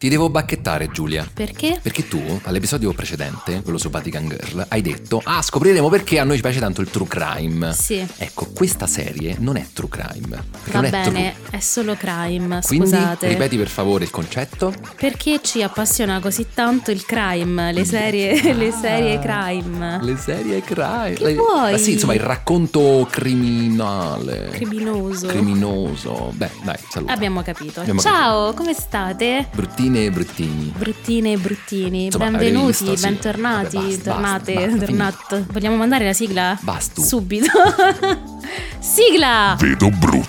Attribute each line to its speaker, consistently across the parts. Speaker 1: Ti devo bacchettare, Giulia.
Speaker 2: Perché?
Speaker 1: Perché tu, all'episodio precedente, quello su Vatican Girl, hai detto: Ah, scopriremo perché a noi piace tanto il true crime.
Speaker 2: Sì.
Speaker 1: Ecco, questa serie non è true crime. Perché
Speaker 2: Va
Speaker 1: non è
Speaker 2: bene,
Speaker 1: true.
Speaker 2: è, solo crime,
Speaker 1: Quindi
Speaker 2: scusate.
Speaker 1: ripeti per favore il concetto.
Speaker 2: Perché ci appassiona così tanto il crime, le serie, le serie crime?
Speaker 1: Le serie crime.
Speaker 2: Che
Speaker 1: Le-
Speaker 2: Eh? vuoi?
Speaker 1: Ah, sì, insomma, il racconto criminale.
Speaker 2: Criminoso.
Speaker 1: Eh, Criminoso. Beh, dai, saluto.
Speaker 2: Abbiamo capito.
Speaker 1: Abbiamo
Speaker 2: Ciao, come state?
Speaker 1: Bruttine e bruttini.
Speaker 2: Bruttine e bruttini,
Speaker 1: Insomma,
Speaker 2: benvenuti,
Speaker 1: avete visto, sì.
Speaker 2: bentornati,
Speaker 1: Vabbè, basta,
Speaker 2: tornate,
Speaker 1: basta, basta,
Speaker 2: tornate. Vogliamo mandare la sigla?
Speaker 1: Bastu.
Speaker 2: Subito. sigla!
Speaker 3: Vedo brutto.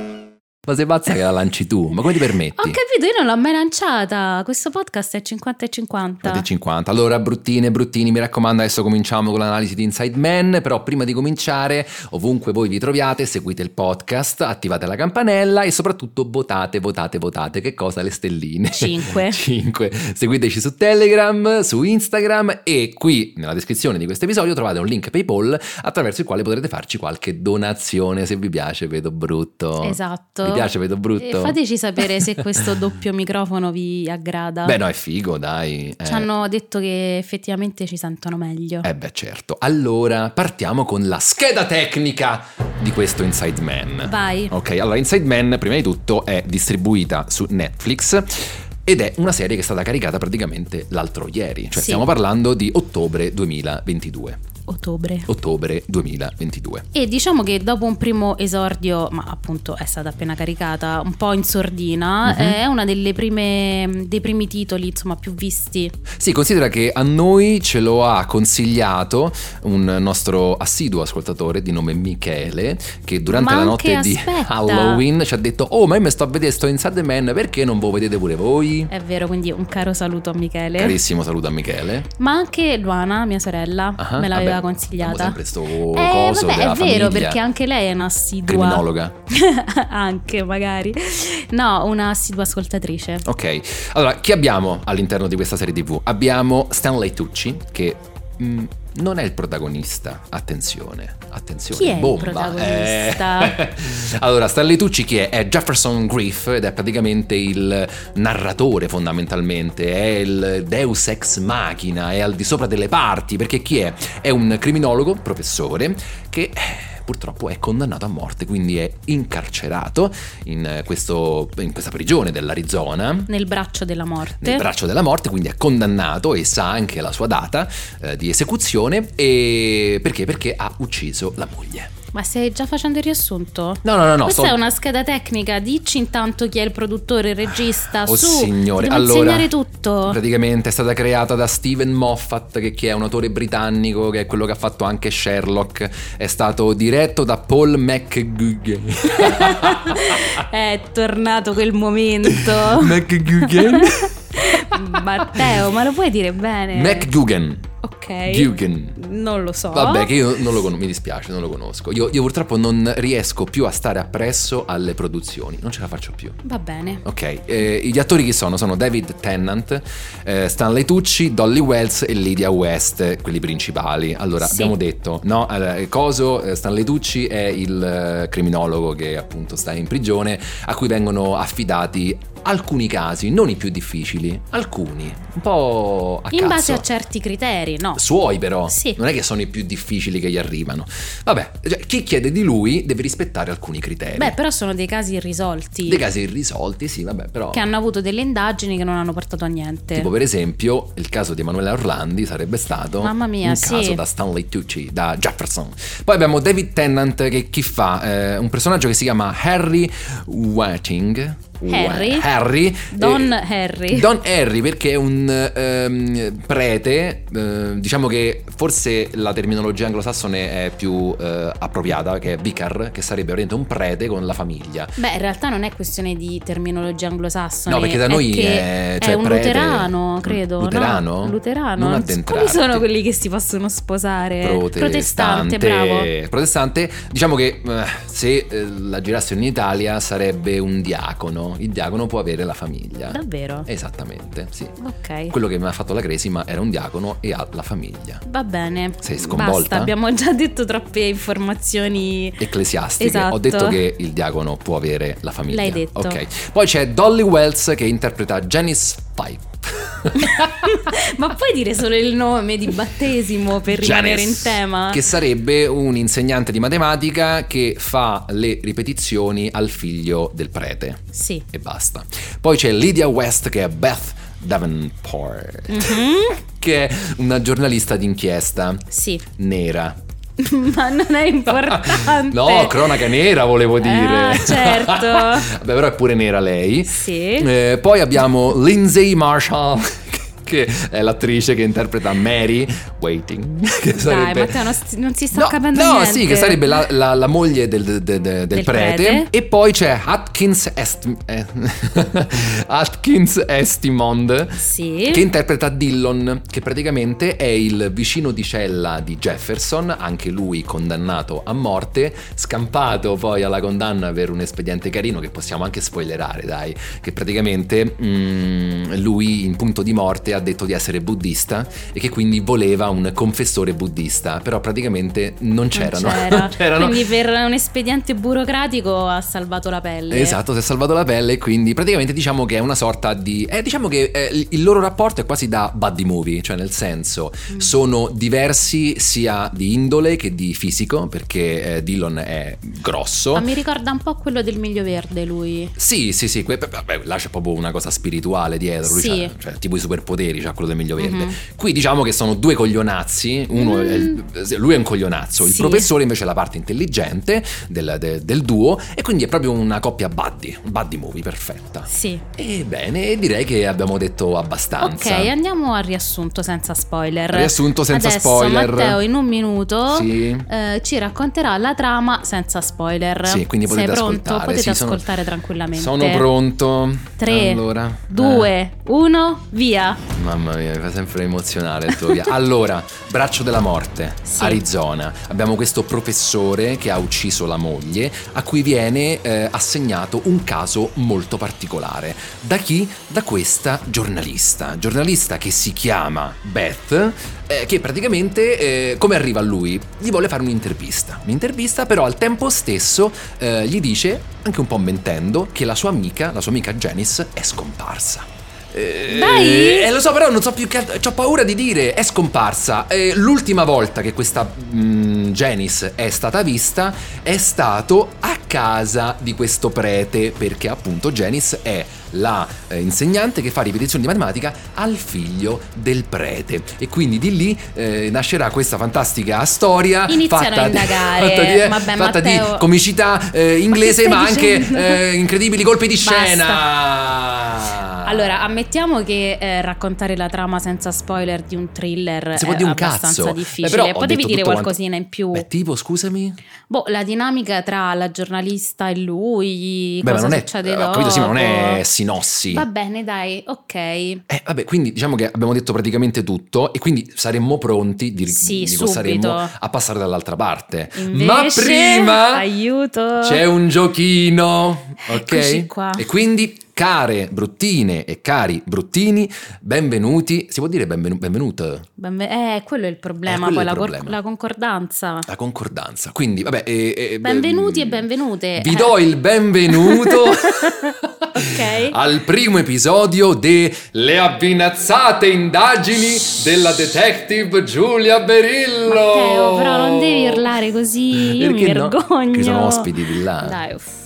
Speaker 1: Ma sei pazza che la lanci tu? Ma come ti
Speaker 2: Ho
Speaker 1: permetti?
Speaker 2: capito, io non l'ho mai lanciata. Questo podcast è 50 e 50.
Speaker 1: Fate 50. Allora, bruttine, bruttini, mi raccomando, adesso cominciamo con l'analisi di Inside Man. Però prima di cominciare, ovunque voi vi troviate, seguite il podcast, attivate la campanella e soprattutto votate, votate, votate. Che cosa? Le stelline.
Speaker 2: 5.
Speaker 1: 5. Seguiteci su Telegram, su Instagram e qui nella descrizione di questo episodio trovate un link PayPal attraverso il quale potrete farci qualche donazione se vi piace, vedo brutto.
Speaker 2: Esatto.
Speaker 1: Vi piace, vedo
Speaker 2: E
Speaker 1: brutto.
Speaker 2: fateci sapere se questo doppio microfono vi aggrada.
Speaker 1: Beh, no, è figo, dai.
Speaker 2: Ci
Speaker 1: Eh.
Speaker 2: hanno detto che effettivamente ci sentono meglio.
Speaker 1: Eh beh certo, allora partiamo con la scheda tecnica di questo Inside Man.
Speaker 2: Vai.
Speaker 1: Ok, allora Inside Man prima di tutto è distribuita su Netflix ed è una serie che è stata caricata praticamente l'altro ieri, cioè
Speaker 2: Sì.
Speaker 1: stiamo parlando di ottobre 2022.
Speaker 2: Ottobre.
Speaker 1: Ottobre 2022.
Speaker 2: E diciamo che dopo un primo esordio, ma appunto è stata appena caricata, un po' in sordina,
Speaker 1: Mhm.
Speaker 2: è uno dei primi titoli insomma più visti.
Speaker 1: Sì, considera che a noi ce lo ha consigliato un nostro assiduo ascoltatore di nome Michele che durante
Speaker 2: Ma
Speaker 1: la
Speaker 2: anche
Speaker 1: notte di
Speaker 2: aspetta.
Speaker 1: Halloween ci ha detto "Oh, ma io mi sto a vedere sto Inside Man, perché non voi vedete pure voi?"
Speaker 2: È vero, quindi un caro saluto a Michele.
Speaker 1: Carissimo saluto a Michele.
Speaker 2: Ma anche Luana, mia sorella,
Speaker 1: Ah,
Speaker 2: me l'aveva
Speaker 1: vabbè, abbiamo
Speaker 2: consigliata.
Speaker 1: sempre sto
Speaker 2: Eh,
Speaker 1: coso
Speaker 2: vabbè,
Speaker 1: della
Speaker 2: è vero,
Speaker 1: famiglia.
Speaker 2: perché anche lei è un'assidua.
Speaker 1: criminologa.
Speaker 2: anche, magari. No, un'assidua ascoltatrice.
Speaker 1: Ok. Allora, chi abbiamo all'interno di questa serie TV? Abbiamo Stanley Tucci che mh, non è il protagonista, attenzione, attenzione,
Speaker 2: Chi è il
Speaker 1: bomba.
Speaker 2: protagonista?
Speaker 1: Eh. allora, Stanley Tucci chi è? È Jefferson Griff ed è praticamente il narratore fondamentalmente, è il deus ex machina, è al di sopra delle parti, perché chi è? È un criminologo, professore, che eh, purtroppo è condannato a morte, quindi è incarcerato in, eh, questo- in questa prigione dell'Arizona.
Speaker 2: Nel braccio della morte.
Speaker 1: Nel braccio della morte, quindi è condannato e sa anche la sua data eh, di esecuzione. E perché? Perché ha ucciso la moglie.
Speaker 2: Ma stai già facendo il riassunto?
Speaker 1: No, no, no, no.
Speaker 2: Questa
Speaker 1: sto-
Speaker 2: è una scheda tecnica, dici intanto chi è il produttore, il regista,
Speaker 1: Oh
Speaker 2: su,
Speaker 1: signore,
Speaker 2: devo
Speaker 1: allora,
Speaker 2: insegnare tutto.
Speaker 1: Praticamente è stata creata da Steven Moffat, che chi è un autore britannico, che è quello che ha fatto anche Sherlock. È stato diretto da Paul McGugan.
Speaker 2: È tornato quel momento.
Speaker 1: McGugan?
Speaker 2: Matteo, ma lo puoi dire bene?
Speaker 1: McGugan.
Speaker 2: Eh. ok.
Speaker 1: Dugan.
Speaker 2: Non lo so.
Speaker 1: Vabbè, che io non lo conosco, mi dispiace, non lo conosco. Io, io purtroppo non riesco più a stare appresso alle produzioni, non ce la faccio più.
Speaker 2: Va bene.
Speaker 1: Ok, eh, gli attori chi sono? Sono David Tennant, eh, Stanley Tucci, Dolly Wells e Lydia West, eh, quelli principali. Allora,
Speaker 2: Sì.
Speaker 1: abbiamo detto, no? Allora, eh, Coso, eh, Stanley Tucci è il eh, criminologo che appunto sta in prigione, a cui vengono affidati alcuni casi, non i più difficili, alcuni, un po' a
Speaker 2: In
Speaker 1: cazzo.
Speaker 2: base a certi criteri, no?
Speaker 1: Suoi però,
Speaker 2: Sì.
Speaker 1: non è che sono i più difficili che gli arrivano. Vabbè, cioè, chi chiede di lui deve rispettare alcuni criteri.
Speaker 2: Beh, però sono dei casi irrisolti.
Speaker 1: Dei casi irrisolti, sì, vabbè, però...
Speaker 2: che hanno avuto delle indagini che non hanno portato a niente.
Speaker 1: Tipo, per esempio, il caso di Emanuela Orlandi sarebbe stato
Speaker 2: Mamma mia,
Speaker 1: un
Speaker 2: sì.
Speaker 1: caso da Stanley Tucci, da Jefferson. Poi abbiamo David Tennant, che chi fa? Eh, un personaggio che si chiama Harry Whiting.
Speaker 2: Harry.
Speaker 1: Harry,
Speaker 2: Don
Speaker 1: eh,
Speaker 2: Harry.
Speaker 1: Don Harry perché è un ehm, prete, eh, diciamo che forse la terminologia anglosassone è più eh, appropriata, che è vicar, che sarebbe veramente un prete con la famiglia.
Speaker 2: Beh, in realtà non è questione di terminologia anglosassone.
Speaker 1: No, perché da noi
Speaker 2: è, che
Speaker 1: è- cioè,
Speaker 2: è un
Speaker 1: prete-
Speaker 2: luterano, credo. no?
Speaker 1: Luterano?
Speaker 2: Luterano.
Speaker 1: Non
Speaker 2: Come
Speaker 1: addentrarti.
Speaker 2: sono quelli che si possono sposare? Eh, Protestante,
Speaker 1: Eh.
Speaker 2: bravo.
Speaker 1: Protestante, diciamo che eh, se eh, la girassero in Italia sarebbe un diacono. Il diacono può avere la famiglia.
Speaker 2: Davvero?
Speaker 1: Eh. Esattamente, sì.
Speaker 2: Ok.
Speaker 1: Quello che mi ha fatto la Cresima era un diacono e ha la famiglia
Speaker 2: Va bene.
Speaker 1: Sei sconvolta?
Speaker 2: Basta, abbiamo già detto troppe informazioni.
Speaker 1: ecclesiastiche.
Speaker 2: Esatto.
Speaker 1: Ho detto che il diacono può avere la famiglia.
Speaker 2: L'hai detto.
Speaker 1: Ok. Poi c'è Dolly Wells che interpreta Janice Pipe.
Speaker 2: Ma puoi dire solo il nome di battesimo per rimanere in
Speaker 1: Janice,
Speaker 2: tema?
Speaker 1: Che sarebbe un insegnante di matematica che fa le ripetizioni al figlio del prete.
Speaker 2: Sì.
Speaker 1: E basta. Poi c'è Lydia West che è Beth Davenport,
Speaker 2: Mm.
Speaker 1: che è una giornalista d'inchiesta
Speaker 2: Mhm. Sì,
Speaker 1: nera.
Speaker 2: ma non è importante.
Speaker 1: No, cronaca nera volevo dire.
Speaker 2: Ah, certo.
Speaker 1: Vabbè, però è pure nera lei.
Speaker 2: Sì.
Speaker 1: Eh, poi abbiamo Lindsay Marshall. Che è l'attrice che interpreta Mary Waiting. Che
Speaker 2: Dai,
Speaker 1: sarebbe...
Speaker 2: Matteo, non, si- non si sta
Speaker 1: No,
Speaker 2: capendo
Speaker 1: no,
Speaker 2: niente.
Speaker 1: sì, che sarebbe la, la- la moglie del, de- de- de- del
Speaker 2: Del
Speaker 1: prete.
Speaker 2: prete.
Speaker 1: E poi c'è Atkins, Est- eh, Atkins Estimond.
Speaker 2: Sì.
Speaker 1: Che interpreta Dillon, che praticamente è il vicino di cella di Jefferson, anche lui condannato a morte, scampato poi alla condanna per un espediente carino che possiamo anche spoilerare, dai, che praticamente mm, lui in punto di morte ha detto di essere buddista e che quindi voleva un confessore buddista, però praticamente non c'erano.
Speaker 2: Non c'era. Quindi per un espediente burocratico ha salvato la pelle.
Speaker 1: Esatto, si è salvato la pelle, quindi praticamente diciamo che è una sorta di... eh, diciamo che eh, il- il loro rapporto è quasi da buddy movie, cioè nel senso
Speaker 2: Mm.
Speaker 1: sono diversi sia di indole che di fisico, perché eh, Dillon è grosso.
Speaker 2: Ma mi ricorda un po' quello del Miglio Verde lui.
Speaker 1: Sì, sì, sì, que- vabbè, là c'è proprio una cosa spirituale dietro, lui
Speaker 2: Sì. Mm-hmm.
Speaker 1: c'ha- cioè, tipo i superpoteri, c'ha quello del meglio verde.
Speaker 2: Mhm.
Speaker 1: Qui diciamo che sono due coglionazzi, uno è il- eh, lui è un coglionazzo, il
Speaker 2: Mm. Sì.
Speaker 1: professore invece è la parte intelligente del, de- del duo e quindi è proprio una coppia buddy, buddy movie perfetta.
Speaker 2: Sì.
Speaker 1: Ebbene, direi che abbiamo detto
Speaker 2: Ok,
Speaker 1: abbastanza.
Speaker 2: andiamo al riassunto senza spoiler.
Speaker 1: Riassunto senza
Speaker 2: Adesso
Speaker 1: spoiler.
Speaker 2: Matteo in un minuto
Speaker 1: Sì.
Speaker 2: eh, ci racconterà la trama senza spoiler.
Speaker 1: Sì, quindi
Speaker 2: Sei
Speaker 1: potete
Speaker 2: pronto?
Speaker 1: ascoltare.
Speaker 2: Potete
Speaker 1: Sì, sono-
Speaker 2: ascoltare tranquillamente.
Speaker 1: Sono pronto.
Speaker 2: 3,
Speaker 1: Allora, eh.
Speaker 2: 2, 1, via.
Speaker 1: Mamma mia, mi fa sempre emozionare il tuo via. Allora, Braccio della Morte,
Speaker 2: Sì.
Speaker 1: Arizona. Abbiamo questo professore che ha ucciso la moglie, a cui viene eh, assegnato un caso molto particolare. Da chi? Da questa giornalista. Giornalista che si chiama Beth, eh, che praticamente, eh, come arriva a lui? Gli vuole fare un'intervista. Un'intervista, però al tempo stesso eh, gli dice, anche un po' mentendo, che la sua amica, la sua amica Janice, è scomparsa. Eh,
Speaker 2: Dai!
Speaker 1: eh, lo so, però non so più che altro. Ho paura di dire, è scomparsa. Eh, l'ultima volta che questa mm, Janice è stata vista è stato a casa di questo prete, perché appunto Janice è la eh, insegnante che fa ripetizioni di matematica al figlio del prete. E quindi di lì eh, nascerà questa fantastica storia.
Speaker 2: Iniziano
Speaker 1: fatta
Speaker 2: a
Speaker 1: di-
Speaker 2: indagare.
Speaker 1: fatta di, eh,
Speaker 2: Vabbè,
Speaker 1: fatta di
Speaker 2: Matteo.
Speaker 1: comicità eh, inglese,
Speaker 2: stai
Speaker 1: ma, anche
Speaker 2: dicendo?
Speaker 1: eh, incredibili colpi di
Speaker 2: Basta.
Speaker 1: scena.
Speaker 2: Allora, ammettiamo che eh, raccontare la trama senza spoiler di un thriller
Speaker 1: Si
Speaker 2: è
Speaker 1: può dire un
Speaker 2: abbastanza
Speaker 1: cazzo. Eh,
Speaker 2: difficile.
Speaker 1: però ho
Speaker 2: Potevi
Speaker 1: detto
Speaker 2: dire
Speaker 1: tutto quanto-
Speaker 2: qualcosina in più.
Speaker 1: Beh, tipo, scusami.
Speaker 2: Boh, la dinamica tra la giornalista e lui,
Speaker 1: Beh, ma
Speaker 2: cosa
Speaker 1: non è. eh,
Speaker 2: succede
Speaker 1: Ho capito, sì, ma non è
Speaker 2: dopo.
Speaker 1: sinossi.
Speaker 2: Va bene, dai, ok.
Speaker 1: Eh, vabbè, quindi diciamo che abbiamo detto praticamente tutto e quindi saremmo pronti, di,
Speaker 2: Sì,
Speaker 1: dico saremmo,
Speaker 2: subito.
Speaker 1: a passare dall'altra parte.
Speaker 2: Invece,
Speaker 1: Ma prima
Speaker 2: aiuto.
Speaker 1: c'è un giochino, ok?
Speaker 2: Eccoci qua.
Speaker 1: E quindi, care bruttine e cari bruttini, benvenuti. Si può dire benvenu- benvenuto?
Speaker 2: Benve- eh, quello è il problema,
Speaker 1: quello
Speaker 2: poi
Speaker 1: è il
Speaker 2: la, cor-
Speaker 1: problema.
Speaker 2: la concordanza.
Speaker 1: La concordanza. Quindi, vabbè. eh, eh,
Speaker 2: Benvenuti
Speaker 1: ehm,
Speaker 2: e benvenute.
Speaker 1: Vi
Speaker 2: Eh.
Speaker 1: do il benvenuto
Speaker 2: Ok.
Speaker 1: al primo episodio de Le abbinazzate indagini della detective Giulia Berillo.
Speaker 2: Matteo, però non devi urlare così, io mi
Speaker 1: Perché no?
Speaker 2: vergogno.
Speaker 1: Ah. Perché sono ospiti di là.
Speaker 2: Dai, uff.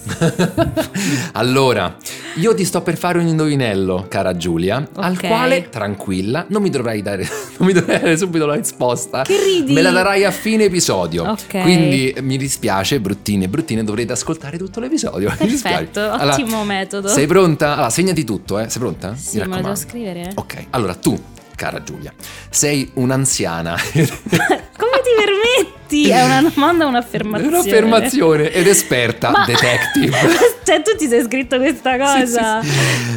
Speaker 1: allora, Io ti sto per fare un indovinello, cara Giulia, al
Speaker 2: Ok.
Speaker 1: quale, tranquilla, non mi dovrai dare, non mi dovrai dare subito la risposta.
Speaker 2: Che ridi?
Speaker 1: Me la darai a fine episodio.
Speaker 2: Ok.
Speaker 1: Quindi eh, mi dispiace, bruttine e bruttine, dovrete ascoltare tutto l'episodio. Mi dispiace.
Speaker 2: Perfetto, ottimo metodo.
Speaker 1: Sei pronta? Allora, segnati tutto, eh. Sei pronta?
Speaker 2: Sì,
Speaker 1: Mi
Speaker 2: me lo devo
Speaker 1: raccomando.
Speaker 2: scrivere?
Speaker 1: Ok, allora tu, cara Giulia, sei un'anziana.
Speaker 2: Come ti permetti? È una domanda o un'affermazione?
Speaker 1: Un'affermazione ed esperta
Speaker 2: Ma-
Speaker 1: detective.
Speaker 2: cioè, tu ti sei scritto questa cosa.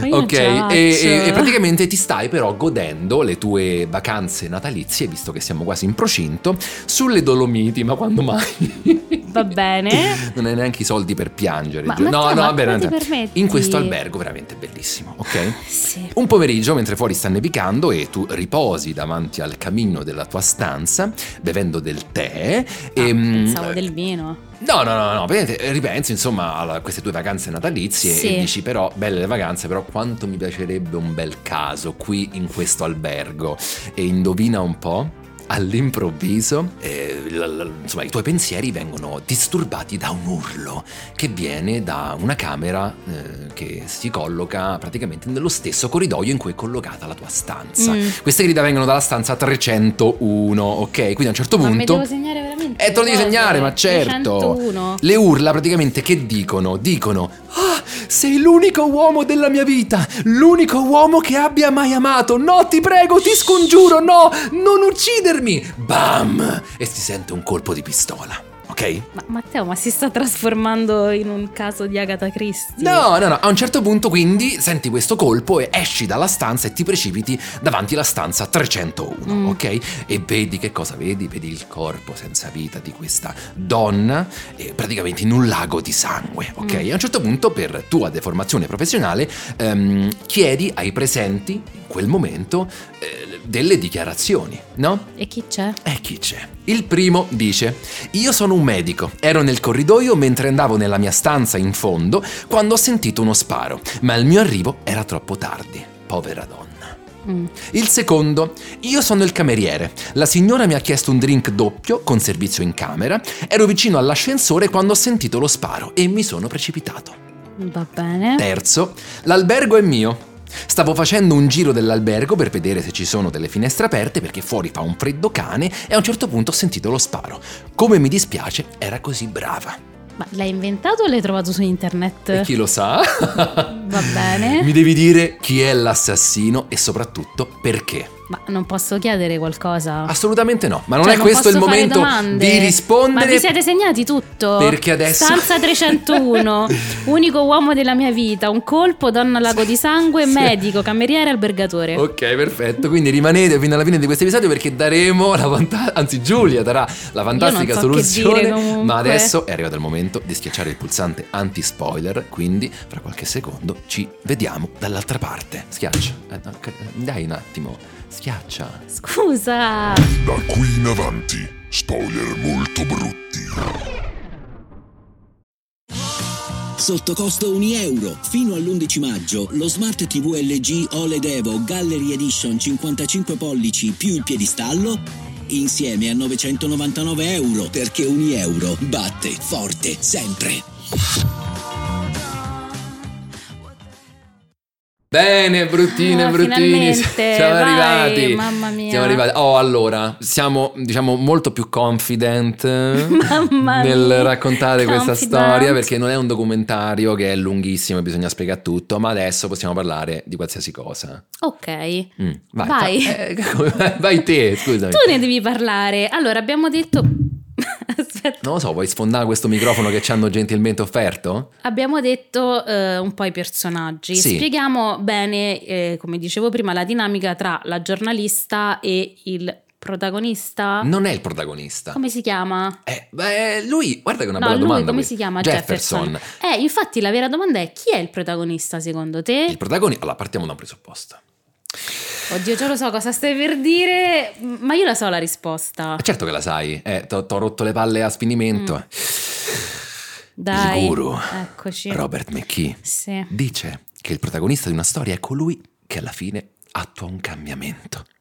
Speaker 2: Ma io non
Speaker 1: Ok,
Speaker 2: ce la
Speaker 1: e, e-
Speaker 2: faccio.
Speaker 1: e praticamente ti stai però godendo le tue vacanze natalizie, visto che siamo quasi in procinto, sulle Dolomiti, ma quando mai?
Speaker 2: Va bene.
Speaker 1: Non hai neanche i soldi per piangere.
Speaker 2: Ma-
Speaker 1: Gio-
Speaker 2: ma
Speaker 1: no,
Speaker 2: te-
Speaker 1: no,
Speaker 2: ma
Speaker 1: vabbè,
Speaker 2: come ti
Speaker 1: vabbè.
Speaker 2: permetti?
Speaker 1: in questo albergo veramente bellissimo, ok?
Speaker 2: Sì.
Speaker 1: Un pomeriggio, mentre fuori sta nevicando e tu riposi davanti al camino della tua stanza, bevendo del tè,
Speaker 2: Ah,
Speaker 1: e, mm,
Speaker 2: pensavo del vino.
Speaker 1: No, no, no, no, vedete, ripensi insomma a queste tue vacanze natalizie
Speaker 2: Sì.
Speaker 1: e dici però, belle le vacanze, però quanto mi piacerebbe un bel caso qui in questo albergo. E indovina un po', all'improvviso, eh, l- l- insomma, i tuoi pensieri vengono disturbati da un urlo che viene da una camera eh, che si colloca praticamente nello stesso corridoio in cui è collocata la tua stanza.
Speaker 2: Mm.
Speaker 1: Queste grida venvengono dalla stanza 301, ok? Quindi a un certo
Speaker 2: Ma mi
Speaker 1: punto...
Speaker 2: devo segnare veramente.
Speaker 1: Eh, te lo devi
Speaker 2: le cose?
Speaker 1: segnare, ma certo.
Speaker 2: 301.
Speaker 1: Le urla praticamente che dicono? Dicono: Ah, sei l'unico uomo della mia vita, l'unico uomo che abbia mai amato. No, ti prego, ti scongiuro, no, non uccidermi. Bam! E si sente un colpo di pistola, ok?
Speaker 2: Ma Matteo, ma si sta trasformando in un caso di Agatha Christie?
Speaker 1: No, no, no, a un certo punto quindi senti questo colpo e esci dalla stanza e ti precipiti davanti alla stanza 301,
Speaker 2: Mm.
Speaker 1: ok? E vedi che cosa vedi? Vedi il corpo senza vita di questa donna eh, praticamente in un lago di sangue, ok?
Speaker 2: Mm.
Speaker 1: E a un certo punto per tua deformazione professionale ehm, chiedi ai presenti in quel momento eh, delle dichiarazioni, no?
Speaker 2: E chi c'è?
Speaker 1: E Eh, chi c'è? Il primo dice: Io sono un medico. Ero nel corridoio mentre andavo nella mia stanza in fondo quando ho sentito uno sparo, ma il mio arrivo era troppo tardi. Povera donna.
Speaker 2: Mm.
Speaker 1: Il secondo, io sono il cameriere. La signora mi ha chiesto un drink doppio con servizio in camera. Ero vicino all'ascensore quando ho sentito lo sparo e mi sono precipitato.
Speaker 2: Va bene.
Speaker 1: Terzo, l'albergo è mio. Stavo facendo un giro dell'albergo per vedere se ci sono delle finestre aperte perché fuori fa un freddo cane e a un certo punto ho sentito lo sparo. Come mi dispiace, era così brava.
Speaker 2: Ma l'hai inventato o l'hai trovato su internet?
Speaker 1: E chi lo sa?
Speaker 2: Va bene.
Speaker 1: Mi devi dire chi è l'assassino e soprattutto perché.
Speaker 2: Ma non posso chiedere qualcosa?
Speaker 1: Assolutamente no, ma Ah, non
Speaker 2: Ah. Cioè,
Speaker 1: è questo il
Speaker 2: posso fare
Speaker 1: momento
Speaker 2: domande?
Speaker 1: di
Speaker 2: Ma vi
Speaker 1: rispondere.
Speaker 2: siete segnati tutto?
Speaker 1: Perché adesso-
Speaker 2: Stanza 301, unico uomo della mia vita, un colpo, donna lago di sangue,
Speaker 1: Sì.
Speaker 2: medico, cameriere, albergatore.
Speaker 1: Ok, perfetto. Quindi rimanete fino alla fine di questo episodio perché daremo la vantaggio. Anzi, Giulia darà la fantastica
Speaker 2: so che
Speaker 1: soluzione.
Speaker 2: dire, comunque.
Speaker 1: ma adesso è arrivato il momento di schiacciare il pulsante anti-spoiler. Quindi, fra qualche secondo ci vediamo dall'altra parte. Schiaccia. Eh, no, che- Dai un attimo. Schiaccia.
Speaker 2: Scusa.
Speaker 3: Da qui in avanti, spoiler molto brutti.
Speaker 4: Sotto costo 1 euro. Fino all'11 maggio lo Smart TV LG OLED Evo Gallery Edition 55 pollici più il piedistallo insieme a 999 euro perché 1 euro batte forte sempre.
Speaker 1: Bene, bruttine,
Speaker 2: Ah,
Speaker 1: bruttini.
Speaker 2: finalmente,
Speaker 1: Siamo
Speaker 2: vai,
Speaker 1: arrivati.
Speaker 2: mamma mia.
Speaker 1: Siamo arrivati. Oh, allora, siamo, diciamo, molto più confident
Speaker 2: Mamma
Speaker 1: nel
Speaker 2: mia.
Speaker 1: raccontare questa
Speaker 2: Confident.
Speaker 1: storia perché non è un documentario che è lunghissimo e bisogna spiegare tutto, ma adesso possiamo parlare di qualsiasi cosa.
Speaker 2: Ok.
Speaker 1: Mm, vai.
Speaker 2: Vai.
Speaker 1: fa- eh, come- vai te, scusami.
Speaker 2: Tu ne devi parlare. Allora, abbiamo detto Aspetta.
Speaker 1: Non lo so, vuoi sfondare questo microfono che ci hanno gentilmente offerto?
Speaker 2: Abbiamo detto eh, un po' i personaggi.
Speaker 1: Sì.
Speaker 2: Spieghiamo bene, eh, come dicevo prima, la dinamica tra la giornalista e il protagonista.
Speaker 1: Non è il protagonista.
Speaker 2: Come si chiama?
Speaker 1: Eh, beh, lui, guarda che è una
Speaker 2: no,
Speaker 1: bella
Speaker 2: lui
Speaker 1: domanda.
Speaker 2: come
Speaker 1: questa.
Speaker 2: si chiama?
Speaker 1: Jefferson.
Speaker 2: Eh, infatti la vera domanda è chi è il protagonista secondo te?
Speaker 1: Il protagonista. Allora, partiamo da un presupposto.
Speaker 2: Oddio, già lo so cosa stai per dire, m- ma io la so la risposta.
Speaker 1: Ah, Certo che la sai, eh, ti ho rotto le palle a sfinimento.
Speaker 2: Mm, Dai.
Speaker 1: Il guru,
Speaker 2: Eccoci.
Speaker 1: Robert McKee,
Speaker 2: Sì.
Speaker 1: dice che il protagonista di una storia è colui che alla fine attua un cambiamento.
Speaker 2: Mm.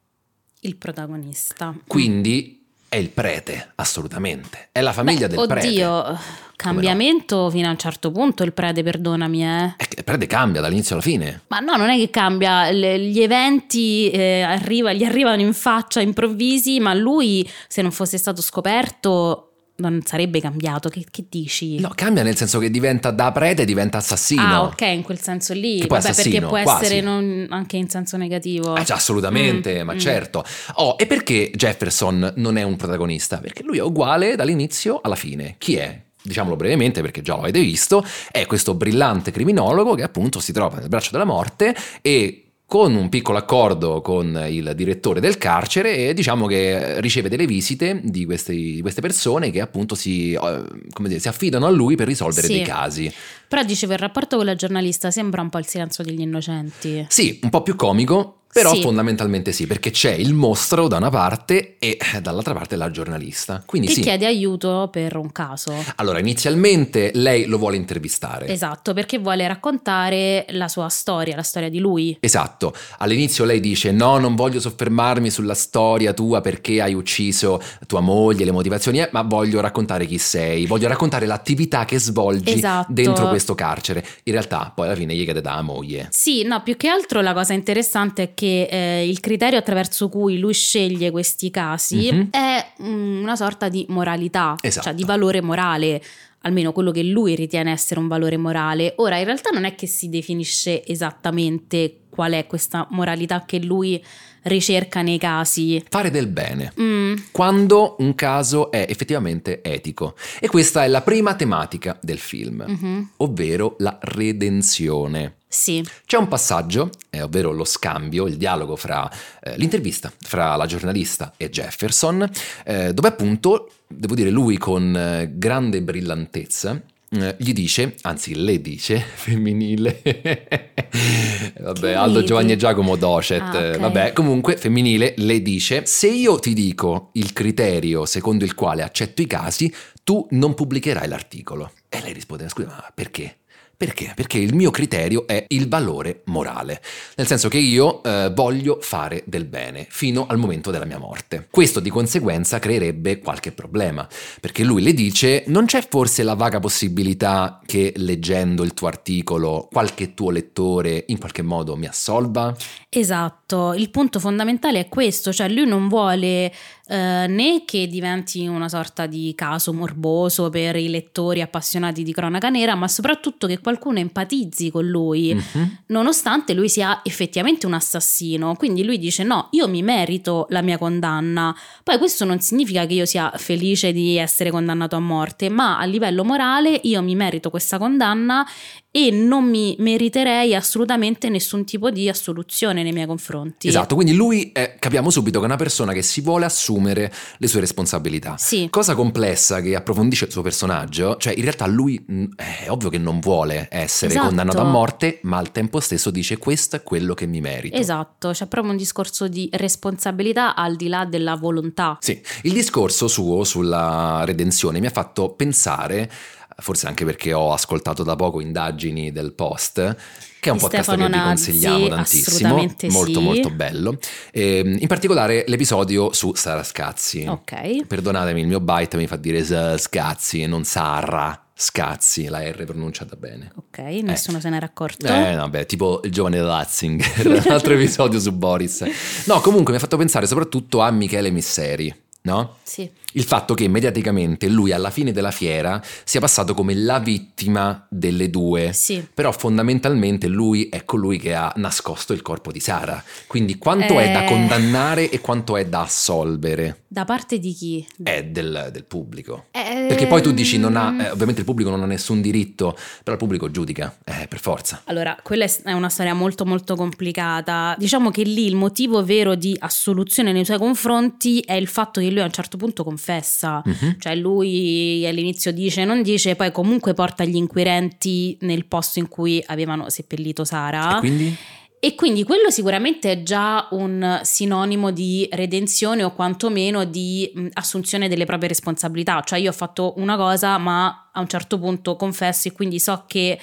Speaker 2: Il protagonista.
Speaker 1: Quindi è il prete, assolutamente. È la famiglia
Speaker 2: Beh,
Speaker 1: del prete.
Speaker 2: Oddio, Cambiamento fino a un certo punto il prete, perdonami, eh.
Speaker 1: Eh, Il prete cambia dall'inizio alla fine.
Speaker 2: Ma no, non è che cambia, le- gli eventi eh, arriva- gli arrivano in faccia improvvisi, ma lui se non fosse stato scoperto non sarebbe cambiato. Che, che dici?
Speaker 1: No, cambia nel senso che diventa da prete diventa assassino.
Speaker 2: Ah, ok, in quel senso lì.
Speaker 1: Che poi è
Speaker 2: Vabbè, perché
Speaker 1: assassino,
Speaker 2: può
Speaker 1: quasi.
Speaker 2: essere non- anche in senso negativo.
Speaker 1: Ah, già, assolutamente,
Speaker 2: Mm,
Speaker 1: ma
Speaker 2: mm.
Speaker 1: certo. Oh, e perché Jefferson non è un protagonista? Perché lui è uguale dall'inizio alla fine. Chi è? Diciamolo brevemente perché già lo avete visto, è questo brillante criminologo che appunto si trova nel braccio della morte e con un piccolo accordo con il direttore del carcere e diciamo che riceve delle visite di, questi- di queste persone che appunto si, eh, come dire, si affidano a lui per risolvere
Speaker 2: Sì.
Speaker 1: dei casi.
Speaker 2: Però dicevo, il rapporto con la giornalista sembra un po' il silenzio degli innocenti.
Speaker 1: Sì, un po' più comico, però
Speaker 2: Sì.
Speaker 1: fondamentalmente sì, perché c'è il mostro da una parte e eh, dall'altra parte la giornalista. Quindi
Speaker 2: Che
Speaker 1: sì. Eh.
Speaker 2: chiede aiuto per un caso.
Speaker 1: Allora, inizialmente lei lo vuole intervistare.
Speaker 2: Esatto, perché vuole raccontare la sua storia, la storia di lui.
Speaker 1: Esatto, all'inizio lei dice no, non voglio soffermarmi sulla storia tua perché hai ucciso tua moglie, le motivazioni, eh, ma voglio raccontare chi sei, voglio raccontare l'attività che svolgi
Speaker 2: Esatto.
Speaker 1: dentro questo carcere. In realtà poi alla fine gli chiede da moglie.
Speaker 2: Sì, no, più che altro la cosa interessante è che eh, il criterio attraverso cui lui sceglie questi casi
Speaker 1: Mhm.
Speaker 2: è mm, una sorta di moralità,
Speaker 1: Esatto.
Speaker 2: cioè di valore morale, almeno quello che lui ritiene essere un valore morale. Ora, in realtà non è che si definisce esattamente qual è questa moralità che lui ricerca nei casi.
Speaker 1: Fare del bene.
Speaker 2: Mm,
Speaker 1: quando un caso è effettivamente etico. E questa è la prima tematica del film,
Speaker 2: mhm,
Speaker 1: ovvero la redenzione.
Speaker 2: Sì,
Speaker 1: C'è un passaggio, eh, ovvero lo scambio, il dialogo fra eh, l'intervista fra la giornalista e Jefferson, eh, dove appunto, devo dire, lui con eh, grande brillantezza eh, gli dice, anzi le dice, femminile, vabbè,
Speaker 2: Che
Speaker 1: Aldo
Speaker 2: ridi?
Speaker 1: Giovanni e Giacomo Docet,
Speaker 2: Ah, ok.
Speaker 1: vabbè, comunque femminile le dice, se io ti dico il criterio secondo il quale accetto i casi, tu non pubblicherai l'articolo. E lei risponde, scusa, ma perché? Perché? Perché il mio criterio è il valore morale, nel senso che io eh, voglio fare del bene fino al momento della mia morte. Questo di conseguenza creerebbe qualche problema, perché lui le dice non c'è forse la vaga possibilità che leggendo il tuo articolo qualche tuo lettore in qualche modo mi assolva?
Speaker 2: esatto. Il punto fondamentale è questo, cioè lui non vuole eh, né che diventi una sorta di caso morboso per i lettori appassionati di cronaca nera, ma soprattutto che qualcuno empatizzi con lui,
Speaker 1: Mhm.
Speaker 2: nonostante lui sia effettivamente un assassino. Quindi lui dice no, io mi merito la mia condanna. Poi questo non significa che io sia felice di essere condannato a morte, ma a livello morale io mi merito questa condanna e non mi meriterei assolutamente nessun tipo di assoluzione nei miei confronti.
Speaker 1: Esatto, quindi lui è, capiamo subito che è una persona che si vuole assumere le sue responsabilità.
Speaker 2: Sì.
Speaker 1: Cosa complessa che approfondisce il suo personaggio, cioè in realtà lui mh, è ovvio che non vuole essere
Speaker 2: Esatto.
Speaker 1: condannato a morte, ma al tempo stesso dice questo è quello che mi merito.
Speaker 2: Esatto, c'è proprio un discorso di responsabilità al di là della volontà.
Speaker 1: Sì, il discorso suo sulla redenzione mi ha fatto pensare, forse anche perché ho ascoltato da poco indagini del Post, che è un
Speaker 2: Di
Speaker 1: podcast
Speaker 2: Stefano
Speaker 1: che vi
Speaker 2: Nazzi,
Speaker 1: consigliamo tantissimo,
Speaker 2: assolutamente
Speaker 1: molto
Speaker 2: sì.
Speaker 1: molto bello, Ehm, in particolare l'episodio su Sara Scazzi.
Speaker 2: Ok.
Speaker 1: Perdonatemi, il mio bite mi fa dire s- Scazzi e non Sarra. Scazzi, la R pronunciata bene.
Speaker 2: Ok, nessuno se n'era accorto.
Speaker 1: Eh, no, beh, tipo il giovane Ratzinger, un altro episodio su Boris. No, comunque mi ha fatto pensare soprattutto a Michele Misseri, no?
Speaker 2: Sì.
Speaker 1: Il fatto che mediaticamente lui alla fine della fiera sia passato come la vittima delle due.
Speaker 2: Sì.
Speaker 1: Però fondamentalmente lui è colui che ha nascosto il corpo di Sara. Quindi quanto è da
Speaker 2: Eh.
Speaker 1: condannare e quanto è da assolvere
Speaker 2: Da parte di chi?
Speaker 1: è del, del pubblico.
Speaker 2: Eh,
Speaker 1: Perché poi tu dici, non
Speaker 2: Ehm.
Speaker 1: ha, eh, ovviamente il pubblico non ha nessun diritto, però il pubblico giudica, eh, per forza.
Speaker 2: Allora, quella è s- è una storia molto molto complicata. Diciamo che lì il motivo vero di assoluzione nei suoi confronti è il fatto che lui a un certo punto confessa.
Speaker 1: Mhm.
Speaker 2: Cioè lui all'inizio dice, non dice, poi comunque porta gli inquirenti nel posto in cui avevano seppellito Sara.
Speaker 1: E quindi?
Speaker 2: E quindi quello sicuramente è già un sinonimo di redenzione o quantomeno di mh, assunzione delle proprie responsabilità. Cioè io ho fatto una cosa ma a un certo punto confesso e quindi so che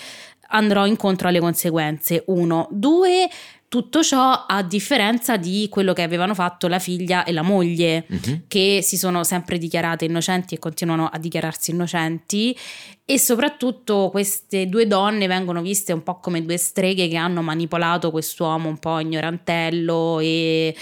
Speaker 2: andrò incontro alle conseguenze. Uno. Due, Tutto ciò a differenza di quello che avevano fatto la figlia e la moglie,
Speaker 1: Mhm.
Speaker 2: che si sono sempre dichiarate innocenti e continuano a dichiararsi innocenti. E soprattutto queste due donne vengono viste un po' come due streghe che hanno manipolato quest'uomo un po' ignorantello e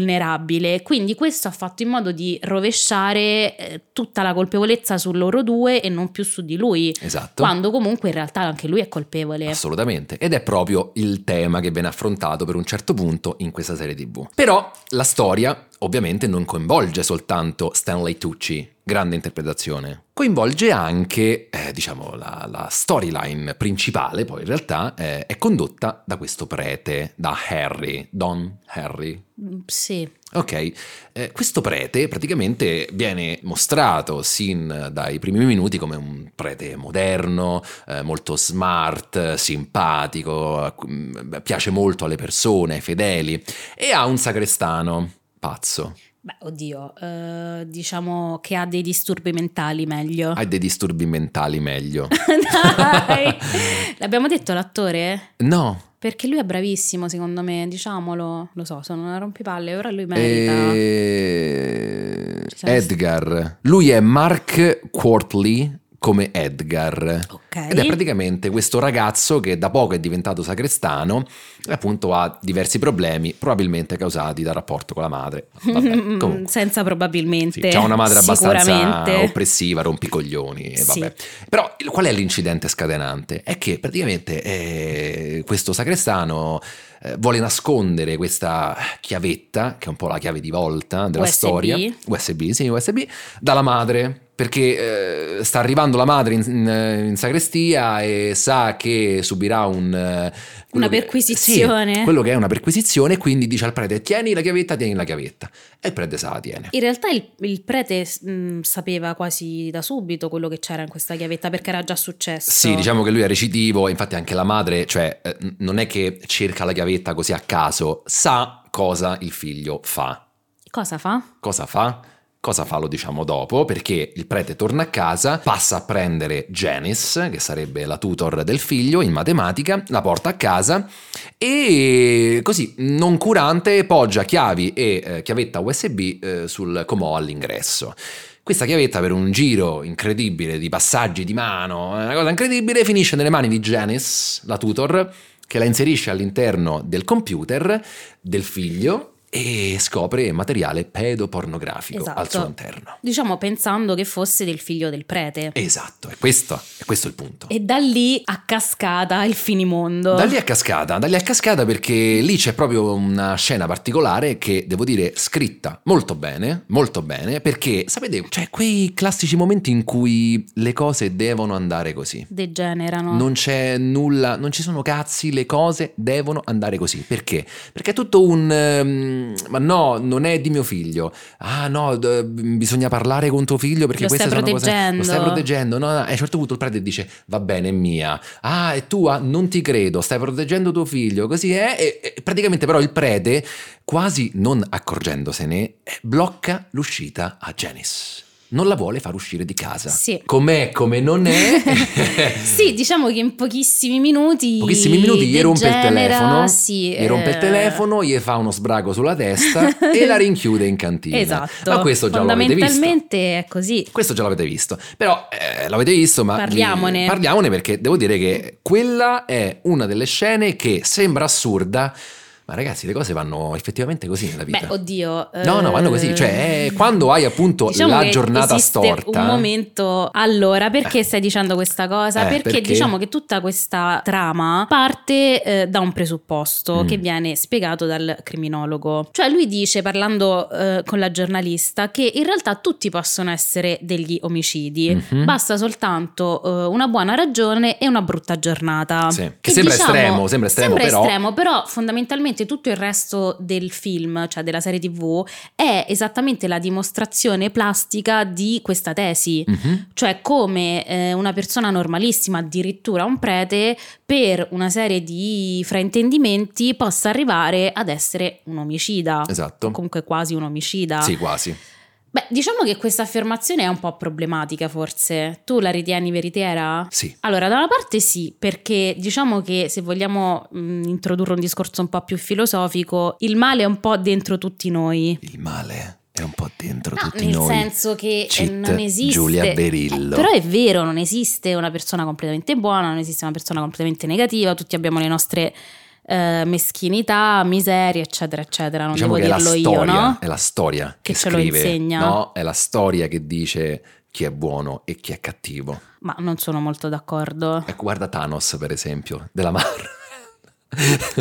Speaker 2: vulnerabile. Quindi questo ha fatto in modo di rovesciare eh, tutta la colpevolezza su loro due e non più su di lui,
Speaker 1: Esatto.
Speaker 2: quando comunque in realtà anche lui è colpevole.
Speaker 1: Assolutamente. Ed è proprio il tema che viene affrontato per un certo punto in questa serie TV. Però la storia ovviamente non coinvolge soltanto Stanley Tucci, grande interpretazione. Coinvolge anche, eh, diciamo, la, la storyline principale, poi in realtà, eh, è condotta da questo prete, da Harry, Don Harry,
Speaker 2: Mm, Sì.
Speaker 1: Ok, eh, questo prete praticamente viene mostrato sin dai primi minuti come un prete moderno, eh, molto smart, simpatico, a cui- mh, piace molto alle persone, ai fedeli e ha un sacrestano pazzo,
Speaker 2: Beh, oddio, eh, diciamo che ha dei disturbi mentali meglio.
Speaker 1: ha dei disturbi mentali meglio.
Speaker 2: Dai. L'abbiamo detto l'attore?
Speaker 1: No,
Speaker 2: Perché lui è bravissimo, secondo me, diciamolo. Lo so, sono una rompipalle, ora lui merita.
Speaker 1: eh,
Speaker 2: Ci siamo-
Speaker 1: Edgar, lui è Mark Quartley come Edgar.
Speaker 2: Ok.
Speaker 1: Ed è praticamente questo ragazzo che da poco è diventato sacrestano e appunto ha diversi problemi, probabilmente causati dal rapporto con la madre. Vabbè, comunque.
Speaker 2: Mm, Senza
Speaker 1: Sì,
Speaker 2: probabilmente.
Speaker 1: c'ha una madre abbastanza
Speaker 2: sicuramente.
Speaker 1: oppressiva, rompicoglioni. e
Speaker 2: Sì.
Speaker 1: Vabbè. Però il- qual è l'incidente scatenante? È che praticamente eh, questo sacrestano eh, vuole nascondere questa chiavetta, che è un po' la chiave di volta della
Speaker 2: USB.
Speaker 1: storia, USB, sì, USB, dalla madre. Perché eh, sta arrivando la madre in, in- in sagrestia e sa che subirà un, eh, quello
Speaker 2: Una
Speaker 1: che-
Speaker 2: perquisizione.
Speaker 1: sì, quello che è una perquisizione, quindi dice al prete: Tieni la chiavetta, tieni la chiavetta. E il prete se la tiene.
Speaker 2: In realtà il, il prete mh, sapeva quasi da subito quello che c'era in questa chiavetta perché era già successo.
Speaker 1: Sì, diciamo che lui è recitivo, infatti anche la madre, cioè eh, n- non è che cerca la chiavetta così a caso, sa cosa il figlio fa.
Speaker 2: Cosa fa?
Speaker 1: Cosa fa? Cosa fa lo diciamo dopo, perché il prete torna a casa, passa a prendere Janice, che sarebbe la tutor del figlio in matematica, la porta a casa e così, non curante, poggia chiavi e eh, chiavetta USB eh, sul comò all'ingresso. Questa chiavetta per un giro incredibile di passaggi di mano, è una cosa incredibile, finisce nelle mani di Janice, la tutor, che la inserisce all'interno del computer del figlio e scopre materiale pedopornografico
Speaker 2: Esatto.
Speaker 1: al suo interno.
Speaker 2: Diciamo pensando che fosse del figlio del prete.
Speaker 1: Esatto, è questo, è questo il punto.
Speaker 2: E da lì a cascata il finimondo.
Speaker 1: Da lì a cascata, da lì a cascata perché lì c'è proprio una scena particolare che devo dire scritta molto bene, molto bene, perché sapete, cioè quei classici momenti in cui le cose devono andare così.
Speaker 2: Degenerano.
Speaker 1: Non c'è nulla, non ci sono cazzi, le cose devono andare così. Perché? Perché è tutto un... ehm, ma no, non è di mio figlio. Ah no, d- bisogna parlare con tuo figlio perché
Speaker 2: Lo
Speaker 1: queste
Speaker 2: stai
Speaker 1: sono cose...
Speaker 2: proteggendo.
Speaker 1: Lo stai proteggendo. No, no, e a un certo punto il prete dice, va bene, è mia. Ah, è tua? Non ti credo, stai proteggendo tuo figlio. Così è. E, e praticamente però il prete, quasi non accorgendosene, eh, blocca l'uscita a Janice. Non la vuole far uscire di casa.
Speaker 2: Sì.
Speaker 1: Com'è, come non è.
Speaker 2: Sì, diciamo che in pochissimi minuti.
Speaker 1: pochissimi minuti gli rompe il
Speaker 2: degenera,
Speaker 1: telefono,
Speaker 2: Sì,
Speaker 1: gli rompe il
Speaker 2: eh,
Speaker 1: telefono, gli fa uno sbrago sulla testa e la rinchiude in cantina.
Speaker 2: Esatto.
Speaker 1: Ma questo già lo avete visto.
Speaker 2: Fondamentalmente è così.
Speaker 1: Questo già l'avete visto, però eh, l'avete visto, ma
Speaker 2: Parliamone.
Speaker 1: eh, parliamone perché devo dire che quella è una delle scene che sembra assurda, ma ragazzi le cose vanno effettivamente così nella vita.
Speaker 2: Beh, oddio.
Speaker 1: No, no, vanno così,
Speaker 2: eh,
Speaker 1: cioè, eh, quando hai appunto
Speaker 2: diciamo
Speaker 1: la
Speaker 2: che
Speaker 1: giornata
Speaker 2: esiste
Speaker 1: storta-
Speaker 2: Un momento. Allora, perché stai dicendo questa cosa?
Speaker 1: Eh,
Speaker 2: perché,
Speaker 1: perché?
Speaker 2: diciamo che tutta questa trama parte eh, da un presupposto
Speaker 1: Mm.
Speaker 2: che viene spiegato dal criminologo. Cioè, lui dice, parlando eh, con la giornalista, che in realtà tutti possono essere degli omicidi.
Speaker 1: Mhm.
Speaker 2: Basta soltanto eh, una buona ragione e una brutta giornata. diciamo
Speaker 1: Sì. Che sembra estremo, sembra estremo, però-
Speaker 2: estremo, però fondamentalmente tutto il resto del film, cioè della serie TV, è esattamente la dimostrazione plastica di questa tesi.
Speaker 1: Mhm.
Speaker 2: Cioè come eh, una persona normalissima, addirittura un prete, per una serie di fraintendimenti possa arrivare ad essere un omicida.
Speaker 1: Esatto.
Speaker 2: O comunque quasi un omicida.
Speaker 1: Sì, quasi.
Speaker 2: Beh, diciamo che questa affermazione è un po' problematica forse. Tu la ritieni veritiera?
Speaker 1: Sì.
Speaker 2: Allora, da una parte sì, perché diciamo che se vogliamo mh, introdurre un discorso un po' più filosofico, il male è un po' dentro tutti noi.
Speaker 1: Il male è un po' dentro
Speaker 2: No,
Speaker 1: tutti
Speaker 2: Ah, nel
Speaker 1: noi.
Speaker 2: senso che eh,
Speaker 1: Cheat
Speaker 2: non esiste
Speaker 1: Giulia Berillo.
Speaker 2: Eh, però è vero, non esiste una persona completamente buona, non esiste una persona completamente negativa, tutti abbiamo le nostre eh, meschinità, miserie, eccetera, eccetera. Non
Speaker 1: diciamo che
Speaker 2: devo
Speaker 1: è la
Speaker 2: dirlo io,
Speaker 1: storia,
Speaker 2: no?
Speaker 1: è la storia che,
Speaker 2: Che ce lo
Speaker 1: scrive,
Speaker 2: insegna.
Speaker 1: No, è la storia che dice chi è buono e chi è cattivo.
Speaker 2: Ma non sono molto d'accordo.
Speaker 1: Ecco, guarda Thanos, per esempio, della Marvel.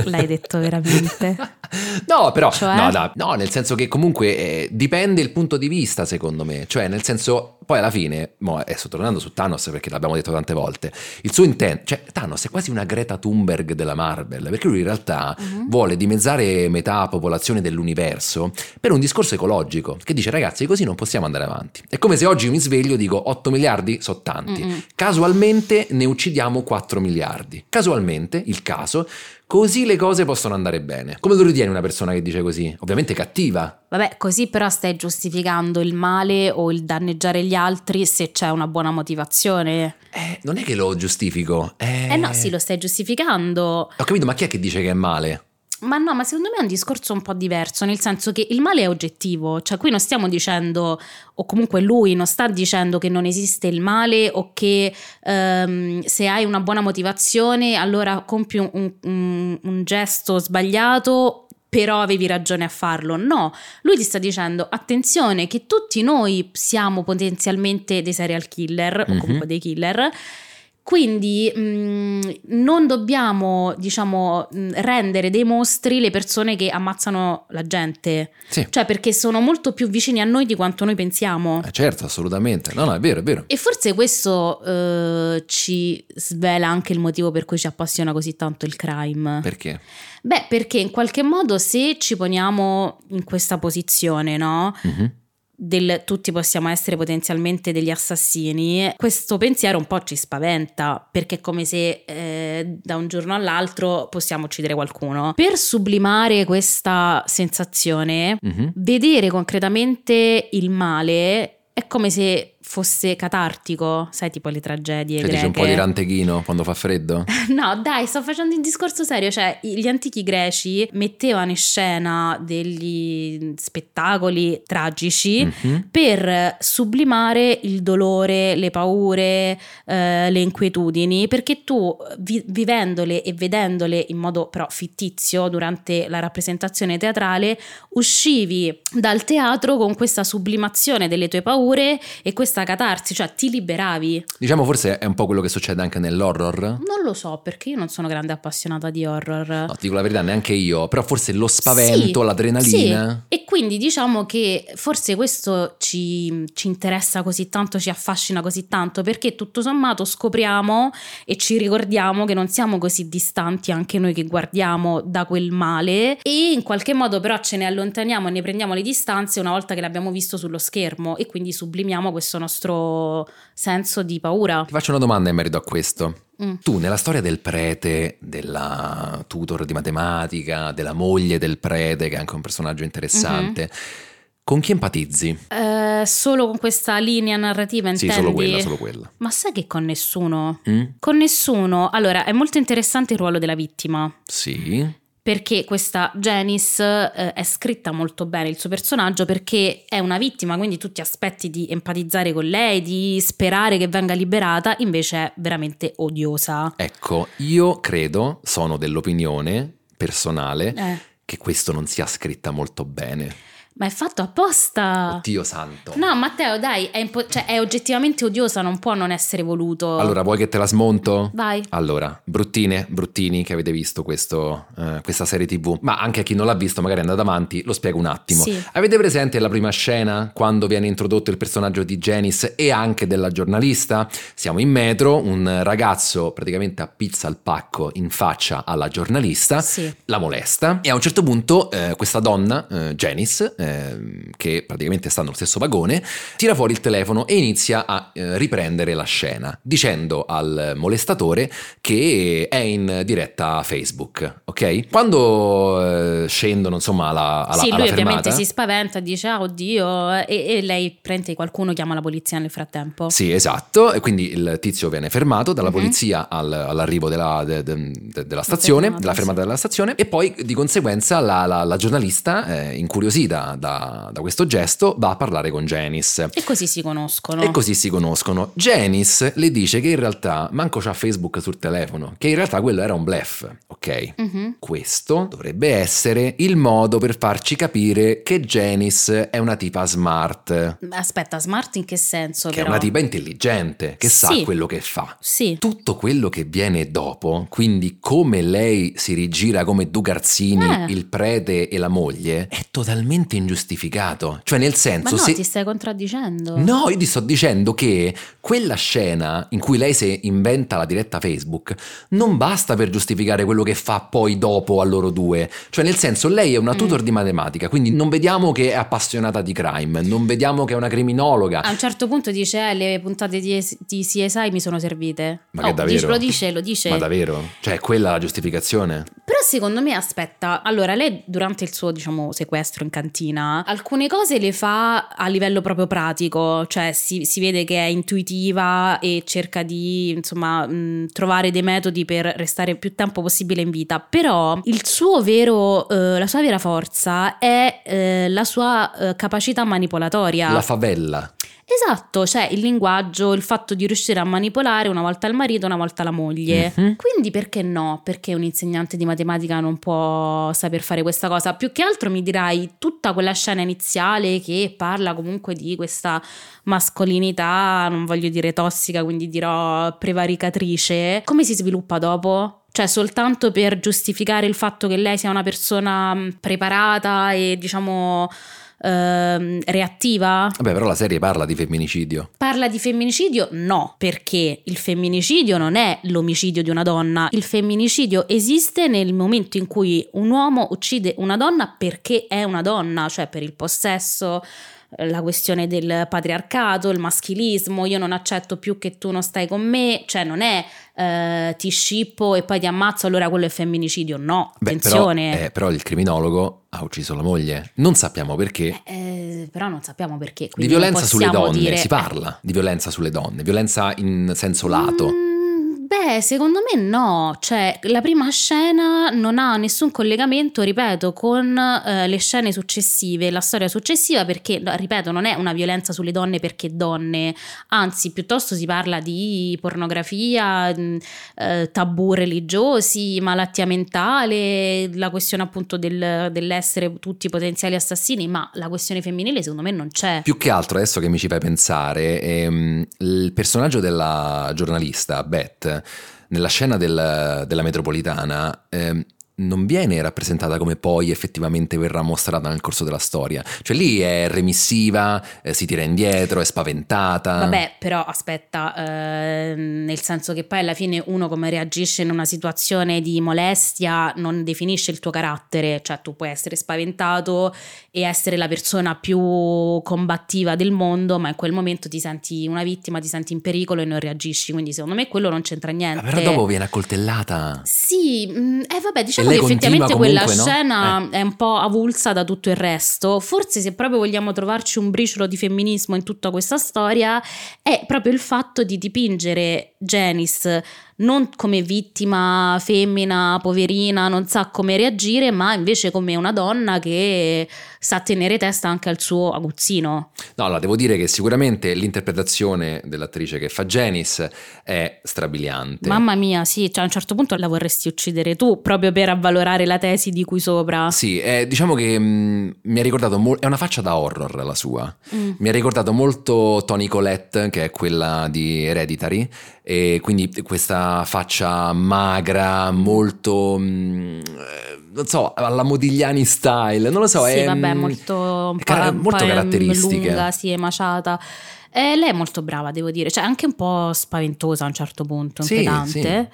Speaker 2: L'hai detto veramente.
Speaker 1: No, però,
Speaker 2: Cioè?
Speaker 1: no, dai, no, nel senso che comunque eh, dipende il punto di vista, secondo me. Cioè, nel senso, poi alla fine, mo, adesso tornando su Thanos, perché l'abbiamo detto tante volte, il suo intento, cioè, Thanos è quasi una Greta Thunberg della Marvel, perché lui in realtà
Speaker 2: Mhm.
Speaker 1: vuole dimezzare metà popolazione dell'universo per un discorso ecologico, che dice, ragazzi, così non possiamo andare avanti. È come se oggi io mi sveglio e dico 8 miliardi, so tanti.
Speaker 2: Mm-mm.
Speaker 1: Casualmente ne uccidiamo 4 miliardi. Casualmente, il caso, così le cose possono andare bene. Come lo ritieni una persona che dice così? Ovviamente cattiva.
Speaker 2: Vabbè, così però stai giustificando il male o il danneggiare gli altri se c'è una buona motivazione.
Speaker 1: Eh, non è che lo giustifico. Eh,
Speaker 2: Eh no, sì, lo stai giustificando.
Speaker 1: Ho capito, ma chi è che dice che è male?
Speaker 2: Ma no, ma secondo me è un discorso un po' diverso, nel senso che il male è oggettivo, cioè qui non stiamo dicendo, o comunque lui non sta dicendo che non esiste il male o che ehm, se hai una buona motivazione allora compi un, un- un- un gesto sbagliato, però avevi ragione a farlo. No, lui ti sta dicendo attenzione che tutti noi siamo potenzialmente dei serial killer o
Speaker 1: Mhm.
Speaker 2: comunque dei killer. Quindi mh, non dobbiamo, diciamo, mh, rendere dei mostri le persone che ammazzano la gente.
Speaker 1: Sì.
Speaker 2: Cioè, perché sono molto più vicini a noi di quanto noi pensiamo.
Speaker 1: Eh, certo, assolutamente. No, no, è vero, è vero.
Speaker 2: E forse questo eh, ci svela anche il motivo per cui ci appassiona così tanto il crime.
Speaker 1: Perché?
Speaker 2: Beh, perché in qualche modo se ci poniamo in questa posizione, no?
Speaker 1: Mhm.
Speaker 2: del tutti possiamo essere potenzialmente degli assassini, questo pensiero un po' ci spaventa, perché è come se eh, da un giorno all'altro possiamo uccidere qualcuno. Per sublimare questa sensazione,
Speaker 1: Mhm.
Speaker 2: vedere concretamente il male è come se fosse catartico, sai, tipo le tragedie
Speaker 1: Cioè,
Speaker 2: greche.
Speaker 1: dice un po' di ranteghino quando fa freddo?
Speaker 2: No, dai, sto facendo un discorso serio. Cioè, i- gli antichi greci mettevano in scena degli spettacoli tragici
Speaker 1: Mhm.
Speaker 2: per sublimare il dolore, le paure, eh, le inquietudini, perché tu vi- vivendole e vedendole in modo però fittizio durante la rappresentazione teatrale, uscivi dal teatro con questa sublimazione delle tue paure e questa catarsi, cioè ti liberavi.
Speaker 1: Diciamo forse è un po' quello che succede anche nell'horror.
Speaker 2: Non lo so perché io non sono grande appassionata di horror.
Speaker 1: No, ti dico la verità, neanche io, però forse lo spavento,
Speaker 2: Sì,
Speaker 1: l'adrenalina.
Speaker 2: Sì. E quindi diciamo che forse questo ci, ci interessa così tanto, ci affascina così tanto, perché tutto sommato scopriamo e ci ricordiamo che non siamo così distanti anche noi che guardiamo da quel male e in qualche modo però ce ne allontaniamo e ne prendiamo le distanze una volta che l'abbiamo visto sullo schermo e quindi sublimiamo questo nostro senso di paura.
Speaker 1: Ti faccio una domanda in merito a questo.
Speaker 2: Mm.
Speaker 1: Tu nella storia del prete, della tutor di matematica, della moglie del prete, che è anche un personaggio interessante,
Speaker 2: Mhm.
Speaker 1: con chi empatizzi?
Speaker 2: Eh, solo con questa linea narrativa intendi?
Speaker 1: Sì, solo quella, solo quella.
Speaker 2: Ma sai che con nessuno?
Speaker 1: Mm?
Speaker 2: Con nessuno. Allora, è molto interessante il ruolo della vittima.
Speaker 1: Sì.
Speaker 2: Perché questa Janice eh, è scritta molto bene il suo personaggio perché è una vittima, quindi tu ti aspetti di empatizzare con lei, di sperare che venga liberata, invece è veramente odiosa.
Speaker 1: Ecco, io credo, sono dell'opinione personale,
Speaker 2: Eh,
Speaker 1: che questo non sia scritta molto bene.
Speaker 2: ma è fatto apposta.
Speaker 1: Oddio santo.
Speaker 2: Ah. No, Matteo, dai, è, impo- cioè, è oggettivamente odiosa, non può non essere voluto.
Speaker 1: Allora, vuoi che te la smonto?
Speaker 2: vai.
Speaker 1: Allora, bruttine, bruttini che avete visto questo, eh, questa serie tv, ma anche a chi non l'ha visto magari è andato avanti, lo spiego un attimo.
Speaker 2: Sì.
Speaker 1: Avete presente la prima scena quando viene introdotto il personaggio di Janice e anche della giornalista? Siamo in metro, un ragazzo praticamente appizza il pacco in faccia alla giornalista,
Speaker 2: Sì.
Speaker 1: la molesta e a un certo punto eh, questa donna, eh, Janice, eh, ehm, che praticamente sta nello stesso vagone, tira fuori il telefono e inizia a eh, riprendere la scena, dicendo al molestatore che è in diretta Facebook, ok? Quando eh, scendono, insomma, alla, alla,
Speaker 2: sì, lui
Speaker 1: alla
Speaker 2: ovviamente
Speaker 1: fermata...
Speaker 2: si spaventa, dice ah oddio e, e lei prende qualcuno, chiama la polizia nel frattempo.
Speaker 1: Sì, esatto. E quindi il tizio viene fermato dalla
Speaker 2: Mhm.
Speaker 1: polizia al- all'arrivo della, de- de- de- della stazione,
Speaker 2: fermata,
Speaker 1: della fermata della stazione, e poi di conseguenza la, la- la giornalista, eh, incuriosita da, da questo gesto, va a parlare con Janice.
Speaker 2: E così si conoscono.
Speaker 1: E così si conoscono. Janice le dice che in realtà manco c'ha Facebook sul telefono, che in realtà quello era un bluff, ok?
Speaker 2: Mhm.
Speaker 1: Questo dovrebbe essere il modo per farci capire che Janice è una tipa smart,
Speaker 2: Aspetta, smart in che senso?
Speaker 1: che è
Speaker 2: però?
Speaker 1: una tipa intelligente, che sa
Speaker 2: Sì.
Speaker 1: quello che fa.
Speaker 2: Sì.
Speaker 1: Tutto quello che viene dopo, quindi come lei si rigira come Dugarzini,
Speaker 2: Eh.
Speaker 1: il prete e la moglie, è totalmente ingiustificato. Cioè, nel
Speaker 2: Ma
Speaker 1: senso,
Speaker 2: no,
Speaker 1: se.
Speaker 2: ti stai contraddicendo.
Speaker 1: No, io ti sto dicendo che quella scena in cui lei si inventa la diretta Facebook non basta per giustificare quello che fa poi dopo a loro due. Cioè, nel senso, lei è
Speaker 2: Mm.
Speaker 1: una tutor di matematica, quindi non vediamo che è appassionata di crime, non vediamo che è una criminologa.
Speaker 2: A un certo punto dice eh, le puntate di, di CSI mi sono servite.
Speaker 1: Ma che
Speaker 2: Oh,
Speaker 1: davvero?
Speaker 2: dice- Lo dice, lo dice.
Speaker 1: Ma davvero? Cioè, quella è la giustificazione?
Speaker 2: Però secondo me, aspetta, allora lei durante il suo, diciamo, sequestro in cantina, alcune cose le fa a livello proprio pratico, cioè si, si vede che è intuitiva e cerca di, insomma, mh, trovare dei metodi per restare più tempo possibile in vita, però il suo vero, eh, la sua vera forza è eh, la sua eh, capacità manipolatoria.
Speaker 1: La favela.
Speaker 2: Esatto, cioè il linguaggio, il fatto di riuscire a manipolare una volta il marito, una volta la moglie. Quindi perché no? Perché un insegnante di matematica non può saper fare questa cosa? Più che altro mi dirai tutta quella scena iniziale che parla comunque di questa mascolinità, non voglio dire tossica, quindi dirò prevaricatrice. Come si sviluppa dopo? Cioè, soltanto per giustificare il fatto che lei sia una persona mh, preparata e diciamo ehm, reattiva?
Speaker 1: Vabbè, però la serie parla di femminicidio.
Speaker 2: Parla di femminicidio? No, perché il femminicidio non è l'omicidio di una donna. Il femminicidio esiste nel momento in cui un uomo uccide una donna perché è una donna, cioè per il possesso, eh, la questione del patriarcato, il maschilismo, io non accetto più che tu non stai con me, cioè non è eh, ti scippo e poi ti ammazzo, allora quello è femminicidio. No,
Speaker 1: Beh, però,
Speaker 2: attenzione.
Speaker 1: eh, però il criminologo ha ucciso la moglie. Non sappiamo perché.
Speaker 2: Eh, però non sappiamo perché.
Speaker 1: Di
Speaker 2: quindi non
Speaker 1: violenza sulle
Speaker 2: possiamo
Speaker 1: donne
Speaker 2: dire-
Speaker 1: si parla, di violenza sulle donne, violenza in senso lato.
Speaker 2: Mm, Beh, secondo me no, cioè la prima scena non ha nessun collegamento, ripeto, con eh, le scene successive, la storia successiva perché, no, ripeto, non è una violenza sulle donne perché donne, anzi piuttosto si parla di pornografia, mh, eh, tabù religiosi, malattia mentale, la questione appunto del- dell'essere tutti potenziali assassini, ma la questione femminile secondo me non c'è.
Speaker 1: Più che altro, adesso che mi ci fai pensare, ehm, il personaggio della giornalista, Beth, nella scena del- della metropolitana, ehm, non viene rappresentata come poi effettivamente verrà mostrata nel corso della storia. Cioè lì è remissiva, eh, si tira indietro, è spaventata.
Speaker 2: Vabbè, però aspetta, ehm, nel senso che poi alla fine uno come reagisce in una situazione di molestia non definisce il tuo carattere, cioè tu puoi essere spaventato e essere la persona più combattiva del mondo, ma in quel momento ti senti una vittima, ti senti in pericolo e non reagisci, quindi secondo me quello non c'entra
Speaker 1: Ma
Speaker 2: niente.
Speaker 1: Ah, però dopo viene accoltellata.
Speaker 2: Sì, mh, eh vabbè, diciamo che
Speaker 1: lei
Speaker 2: effettivamente
Speaker 1: continua
Speaker 2: quella
Speaker 1: comunque, no? Eh.
Speaker 2: scena è un po' avulsa da tutto il resto. Forse se proprio vogliamo trovarci un briciolo di femminismo in tutta questa storia, è proprio il fatto di dipingere Janice non come vittima femmina, poverina, non sa come reagire, ma invece come una donna che sa tenere testa anche al suo aguzzino.
Speaker 1: No, allora devo dire che sicuramente l'interpretazione dell'attrice che fa Janice è strabiliante.
Speaker 2: Mamma mia, sì, cioè a un certo punto la vorresti uccidere tu proprio per avvalorare la tesi di cui sopra.
Speaker 1: Sì, eh, diciamo che mh, mi ha ricordato, mol- è una faccia da horror la sua,
Speaker 2: Mm.
Speaker 1: mi ha ricordato molto Toni Collette, che è quella di Hereditary, e quindi questa faccia magra, molto, mh, eh, non so, alla Modigliani style, non lo so,
Speaker 2: sì,
Speaker 1: è...
Speaker 2: vabbè,
Speaker 1: mh,
Speaker 2: molto, un
Speaker 1: è cara-
Speaker 2: po',
Speaker 1: molto
Speaker 2: un po'
Speaker 1: caratteristiche.
Speaker 2: lunga, sì, è maciata. Eh, lei è molto brava, devo dire, cioè anche un po' spaventosa a un certo punto,
Speaker 1: Sì,
Speaker 2: inquietante.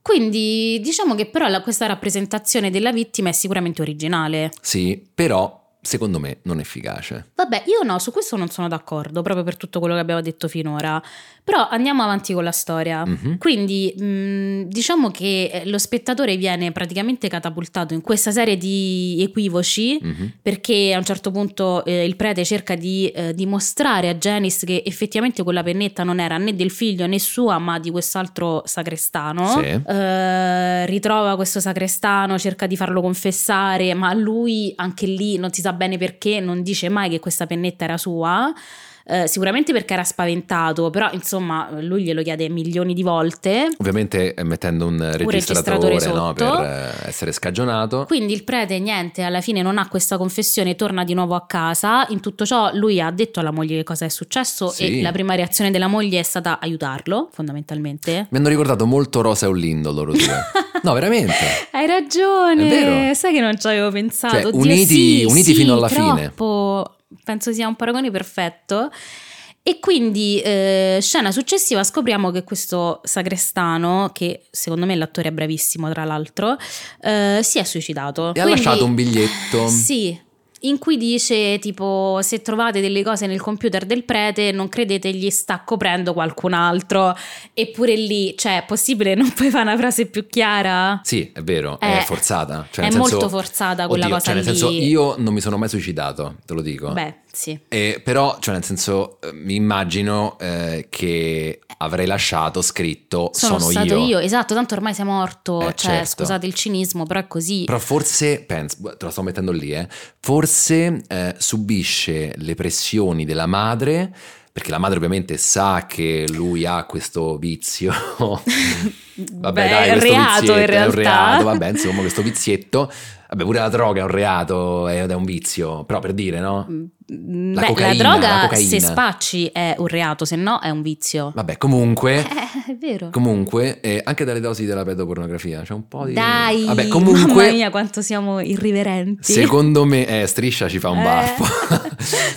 Speaker 2: Quindi diciamo che però la- questa rappresentazione della vittima è sicuramente originale.
Speaker 1: Sì, però secondo me non efficace.
Speaker 2: Vabbè, io no, su questo non sono d'accordo, proprio per tutto quello che abbiamo detto finora. Però andiamo avanti con la storia.
Speaker 1: Mhm.
Speaker 2: Quindi mh, diciamo che lo spettatore viene praticamente catapultato in questa serie di equivoci
Speaker 1: Mhm.
Speaker 2: perché a un certo punto eh, il prete cerca di eh, dimostrare a Janice che effettivamente quella pennetta non era né del figlio né sua, ma di quest'altro sacrestano.
Speaker 1: Sì.
Speaker 2: Eh, ritrova questo sacrestano, cerca di farlo confessare, ma lui anche lì non si sa bene perché, non dice mai che questa pennetta era sua. Eh, sicuramente perché era spaventato, però insomma lui glielo chiede milioni di volte.
Speaker 1: Ovviamente eh, mettendo un registratore,
Speaker 2: registratore
Speaker 1: no,
Speaker 2: sotto.
Speaker 1: per eh, essere scagionato.
Speaker 2: Quindi il prete, niente, alla fine non ha questa confessione, torna di nuovo a casa. In tutto ciò, lui ha detto alla moglie che cosa è successo
Speaker 1: Sì.
Speaker 2: e la prima reazione della moglie è stata aiutarlo, fondamentalmente.
Speaker 1: Mi hanno ricordato molto Rosa e Olindo loro due. no, veramente.
Speaker 2: Hai ragione,
Speaker 1: È vero.
Speaker 2: sai che non ci avevo pensato.
Speaker 1: Cioè,
Speaker 2: Oddio,
Speaker 1: uniti-
Speaker 2: sì,
Speaker 1: uniti
Speaker 2: sì,
Speaker 1: fino alla
Speaker 2: troppo. Penso sia un paragone perfetto. E quindi, eh, scena successiva, scopriamo che questo sagrestano, che secondo me l'attore è bravissimo, tra l'altro, eh, si è suicidato.
Speaker 1: E ha lasciato un biglietto.
Speaker 2: Sì, in cui dice tipo se trovate delle cose nel computer del prete non credetegli sta coprendo qualcun altro. Eppure lì, cioè, è possibile non puoi fare una frase più chiara?
Speaker 1: Sì, è vero, è
Speaker 2: Eh,
Speaker 1: forzata. Cioè,
Speaker 2: è
Speaker 1: nel senso-
Speaker 2: molto forzata quella
Speaker 1: Oddio,
Speaker 2: cosa
Speaker 1: cioè, nel
Speaker 2: lì.
Speaker 1: senso, io non mi sono mai suicidato, te lo dico.
Speaker 2: Beh, sì.
Speaker 1: Eh, però, cioè, nel senso, eh, mi immagino eh, che avrei lasciato scritto sono,
Speaker 2: Sono, stato io. esatto, tanto ormai sei morto,
Speaker 1: Eh,
Speaker 2: cioè,
Speaker 1: certo.
Speaker 2: scusate il cinismo, però è così.
Speaker 1: Però forse, penso, te la sto mettendo lì, eh, forse eh, subisce le pressioni della madre, perché la madre ovviamente sa che lui ha questo vizio. Vabbè,
Speaker 2: Beh,
Speaker 1: dai,
Speaker 2: è un
Speaker 1: questo
Speaker 2: reato
Speaker 1: vizietto,
Speaker 2: in
Speaker 1: È un
Speaker 2: realtà.
Speaker 1: reato, vabbè, insomma, questo vizietto. Vabbè, pure la droga è un reato ed è un vizio, però per dire, no?
Speaker 2: Mm, Beh,
Speaker 1: La cocaina, la
Speaker 2: droga,
Speaker 1: cocaina.
Speaker 2: se spacci, è un reato, se no è un vizio.
Speaker 1: Vabbè, comunque...
Speaker 2: Eh, è vero.
Speaker 1: Comunque, eh, anche dalle dosi della pedopornografia c'è un po' di.
Speaker 2: Dai,
Speaker 1: Vabbè,
Speaker 2: mamma
Speaker 1: comunque.
Speaker 2: mia, quanto siamo irriverenti.
Speaker 1: Secondo me, eh, striscia ci fa un
Speaker 2: Eh.
Speaker 1: baffo.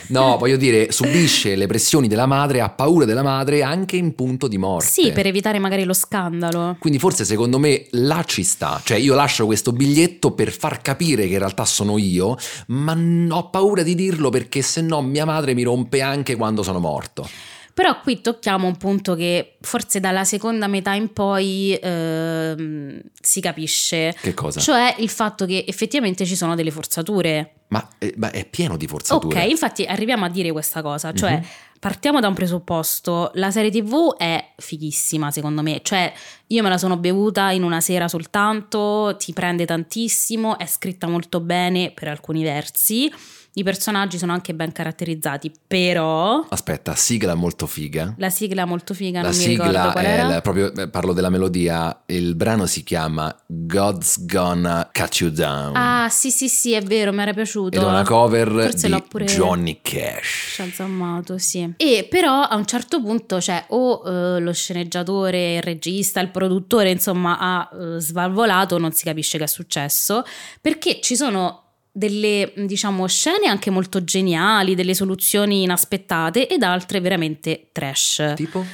Speaker 1: no, voglio dire, subisce le pressioni della madre, ha paura della madre anche in punto di morte.
Speaker 2: Sì, per evitare magari lo scandalo.
Speaker 1: Quindi forse secondo me là ci sta, cioè io lascio questo biglietto per far capire che in realtà sono io, ma n- ho paura di dirlo perché se no mia madre mi rompe anche quando sono morto.
Speaker 2: Però qui tocchiamo un punto che forse dalla seconda metà in poi ehm, si capisce.
Speaker 1: Che cosa?
Speaker 2: Cioè il fatto che effettivamente ci sono delle forzature.
Speaker 1: Ma, eh, ma è pieno di forzature.
Speaker 2: Ok, infatti arriviamo a dire questa cosa, cioè
Speaker 1: Mhm.
Speaker 2: partiamo da un presupposto, la serie TV è fighissima secondo me, cioè io me la sono bevuta in una sera soltanto, ti prende tantissimo, è scritta molto bene per alcuni versi, i personaggi sono anche ben caratterizzati, però
Speaker 1: Aspetta, sigla molto figa.
Speaker 2: la sigla è molto figa,
Speaker 1: La
Speaker 2: non mi ricordo
Speaker 1: sigla
Speaker 2: qual
Speaker 1: è
Speaker 2: era.
Speaker 1: la- proprio, eh, parlo della melodia, il brano si chiama God's Gonna Cut You Down
Speaker 2: Ah, sì, sì, sì, è vero, mi era piaciuto.
Speaker 1: ed è una cover
Speaker 2: Forse
Speaker 1: di
Speaker 2: l'ho pure-
Speaker 1: Johnny Cash.
Speaker 2: Shazamato, sì. E però a un certo punto, cioè, o eh, lo sceneggiatore, il regista, il produttore, insomma, ha eh, svalvolato, non si capisce che è successo, perché ci sono delle, diciamo, scene anche molto geniali, delle soluzioni inaspettate ed altre veramente trash,
Speaker 1: Tipo?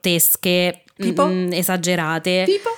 Speaker 2: grottesche,
Speaker 1: Tipo?
Speaker 2: mm, esagerate.
Speaker 1: Tipo?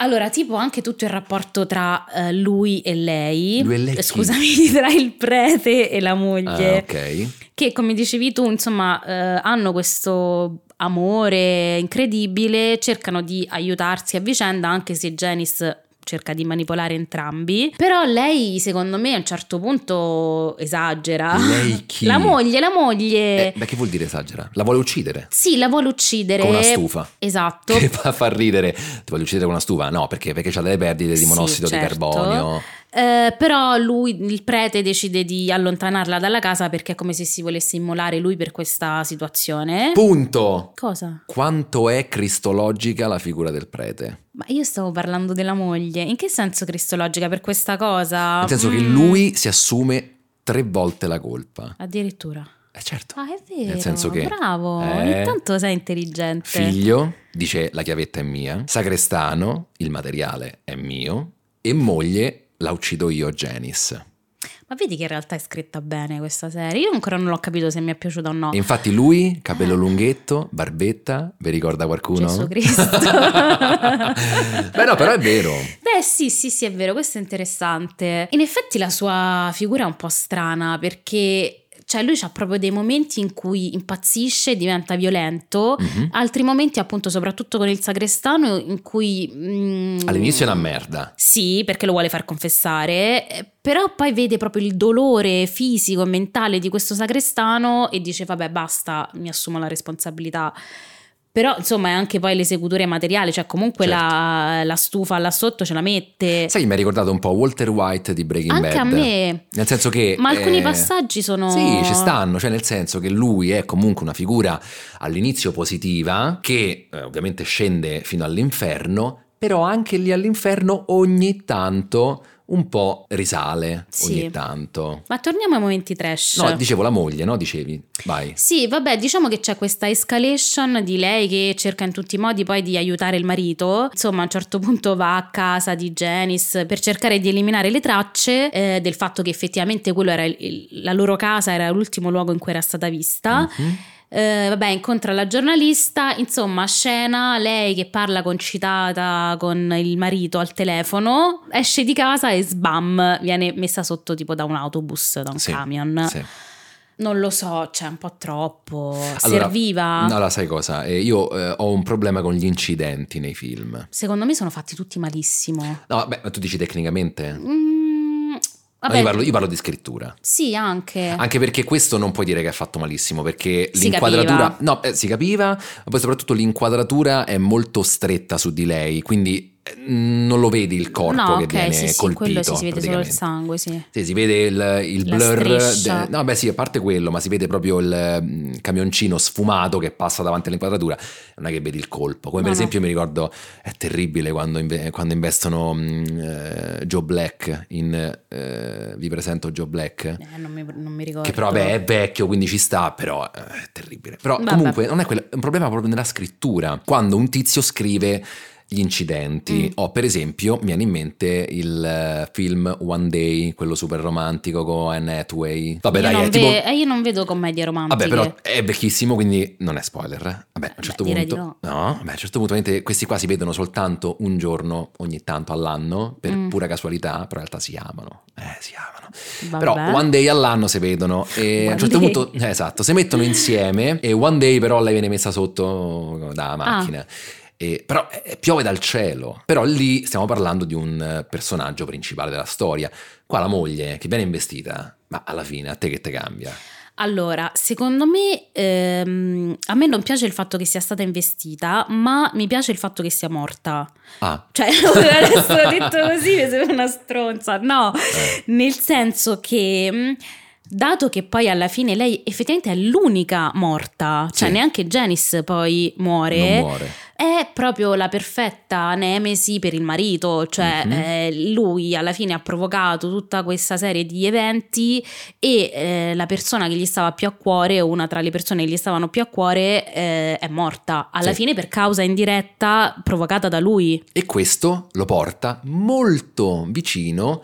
Speaker 2: Allora, tipo anche tutto il rapporto tra eh, lui e lei,
Speaker 1: Lui e lei chi?
Speaker 2: scusami, tra il prete e la moglie
Speaker 1: Ah, ok.
Speaker 2: che come dicevi tu, insomma, eh, hanno questo amore incredibile, cercano di aiutarsi a vicenda, anche se Janice cerca di manipolare entrambi. Però lei, secondo me, a un certo punto esagera.
Speaker 1: Lei chi?
Speaker 2: Ah. La moglie, la moglie.
Speaker 1: Eh, beh, che vuol dire esagera? La vuole uccidere
Speaker 2: Sì, la vuole uccidere.
Speaker 1: con una stufa.
Speaker 2: Esatto.
Speaker 1: Che fa far ridere. Ti voglio uccidere con una stufa? No, perché? Perché c'ha delle perdite di
Speaker 2: Sì,
Speaker 1: monossido
Speaker 2: certo.
Speaker 1: di carbonio.
Speaker 2: Eh, però lui, il prete, decide di allontanarla dalla casa perché è come se si volesse immolare lui per questa situazione.
Speaker 1: Punto!
Speaker 2: Cosa?
Speaker 1: Quanto è cristologica la figura del prete?
Speaker 2: Ma io stavo parlando della moglie. In che senso cristologica per questa cosa?
Speaker 1: Nel senso che
Speaker 2: Mm,
Speaker 1: lui si assume tre volte la colpa.
Speaker 2: Addirittura.
Speaker 1: Eh certo.
Speaker 2: Ah, è vero.
Speaker 1: Nel senso che-
Speaker 2: Bravo.
Speaker 1: Eh.
Speaker 2: Ogni tanto sei intelligente.
Speaker 1: Figlio, dice la chiavetta è mia. Sacrestano, il materiale è mio. E moglie, la uccido io, Janice.
Speaker 2: Ma vedi che in realtà è scritta bene questa serie. Io ancora non l'ho capito se mi è piaciuta o no.
Speaker 1: E infatti lui, capello lunghetto, barbetta, vi ricorda qualcuno?
Speaker 2: Ah. Gesù Cristo.
Speaker 1: Beh no, però è vero.
Speaker 2: Beh, sì, sì, sì, è vero, questo è interessante. In effetti la sua figura è un po' strana perché. Cioè lui ha proprio dei momenti in cui impazzisce, diventa violento,
Speaker 1: Mhm.
Speaker 2: altri momenti appunto soprattutto con il sagrestano in cui... mm,
Speaker 1: All'inizio è una merda.
Speaker 2: Sì, perché lo vuole far confessare, eh, però poi vede proprio il dolore fisico e mentale di questo sagrestano e dice vabbè basta, mi assumo la responsabilità. Però insomma è anche poi l'esecutore materiale, cioè comunque la, la stufa là sotto ce la mette.
Speaker 1: Certo. Sai, mi ha ricordato un po' Walter White di Breaking
Speaker 2: anche
Speaker 1: Bad.
Speaker 2: a me.
Speaker 1: Nel senso che...
Speaker 2: Ma alcuni
Speaker 1: eh,
Speaker 2: passaggi sono...
Speaker 1: Sì, ci stanno, cioè nel senso che lui è comunque una figura all'inizio positiva, che eh, ovviamente scende fino all'inferno, però anche lì all'inferno ogni tanto un po' risale,
Speaker 2: Sì.
Speaker 1: ogni tanto.
Speaker 2: Ma torniamo ai momenti trash.
Speaker 1: No, dicevo la moglie, no? Dicevi, vai.
Speaker 2: Sì, vabbè, diciamo che c'è questa escalation di lei che cerca in tutti i modi poi di aiutare il marito. Insomma, a un certo punto va a casa di Janice per cercare di eliminare le tracce eh, del fatto che effettivamente quello era il- il- la loro casa, era l'ultimo luogo in cui era stata vista.
Speaker 1: Mhm.
Speaker 2: Eh, vabbè, incontra la giornalista, insomma, scena, lei che parla concitata con il marito al telefono, esce di casa e sbam, viene messa sotto tipo da un autobus, da un
Speaker 1: Sì,
Speaker 2: camion.
Speaker 1: Sì.
Speaker 2: Non lo so, c'è un po' troppo.
Speaker 1: Allora,
Speaker 2: Serviva.
Speaker 1: Allora, sai cosa? Eh, Io eh, ho un problema con gli incidenti nei film.
Speaker 2: Secondo me sono fatti tutti malissimo.
Speaker 1: No, beh, ma tu dici tecnicamente? No,
Speaker 2: Mm, vabbè,
Speaker 1: io, parlo, io parlo di scrittura.
Speaker 2: Sì, anche.
Speaker 1: Anche perché questo non puoi dire che è fatto malissimo, perché
Speaker 2: Si
Speaker 1: l'inquadratura...
Speaker 2: capiva.
Speaker 1: No, eh, si capiva, ma poi soprattutto l'inquadratura è molto stretta su di lei, quindi eh, non lo vedi il corpo
Speaker 2: no,
Speaker 1: che
Speaker 2: ok,
Speaker 1: viene
Speaker 2: sì, sì,
Speaker 1: colpito.
Speaker 2: quello sì, si vede solo il
Speaker 1: praticamente.
Speaker 2: sangue, sì.
Speaker 1: Sì, si vede il, il
Speaker 2: La
Speaker 1: blur.
Speaker 2: striscia.
Speaker 1: no, beh, sì, a parte quello, ma si vede proprio il mm, camioncino sfumato che passa davanti all'inquadratura. Non è che vedi il colpo. Come
Speaker 2: No,
Speaker 1: per
Speaker 2: no.
Speaker 1: esempio, mi ricordo è terribile quando, inve- quando investono mm, eh, Joe Black in eh, Vi presento Joe Black.
Speaker 2: Eh, non, mi, non mi ricordo.
Speaker 1: Che però vabbè, è vecchio, quindi ci sta, però eh, è terribile. Però
Speaker 2: Certo. Vabbè.
Speaker 1: comunque non è, quello, è un problema proprio nella scrittura. Quando un tizio scrive gli incidenti,
Speaker 2: Mm.
Speaker 1: o per esempio mi viene in mente il eh, film One Day, quello super romantico con Anne Hathaway. Vabbè,
Speaker 2: io,
Speaker 1: dai,
Speaker 2: non
Speaker 1: è tipo...
Speaker 2: ve- eh, io non vedo commedie romantiche.
Speaker 1: Vabbè, però è vecchissimo, quindi non è spoiler. eh. Vabbè, a un certo
Speaker 2: direi
Speaker 1: punto.
Speaker 2: di
Speaker 1: vabbè, a un certo punto, ovviamente, questi qua si vedono soltanto un giorno ogni tanto all'anno, per
Speaker 2: Mm.
Speaker 1: pura casualità, però in realtà si amano. Eh, si amano.
Speaker 2: Vabbè.
Speaker 1: Però one day all'anno si vedono e a un
Speaker 2: One
Speaker 1: certo
Speaker 2: day.
Speaker 1: punto, eh, esatto, si mettono insieme e one day però lei viene messa sotto
Speaker 2: Ah.
Speaker 1: dalla macchina. E- però eh, piove dal cielo. Però lì stiamo parlando di un eh, personaggio principale della storia. Qua la moglie che viene investita, ma alla fine a te che te cambia?
Speaker 2: Allora, secondo me, ehm, a me non piace il fatto che sia stata investita, ma mi piace il fatto che sia morta.
Speaker 1: Ah,
Speaker 2: Cioè, adesso ho detto così mi sembra una stronza. No,
Speaker 1: Eh.
Speaker 2: nel senso che. mh, Dato che poi alla fine lei effettivamente è l'unica morta, cioè
Speaker 1: Sì.
Speaker 2: neanche Janice poi muore,
Speaker 1: non muore.
Speaker 2: è proprio la perfetta nemesi per il marito, cioè
Speaker 1: Mhm.
Speaker 2: eh, lui alla fine ha provocato tutta questa serie di eventi e eh, la persona che gli stava più a cuore, o una tra le persone che gli stavano più a cuore, eh, è morta, alla
Speaker 1: Sì.
Speaker 2: fine per causa indiretta provocata da lui.
Speaker 1: E questo lo porta molto vicino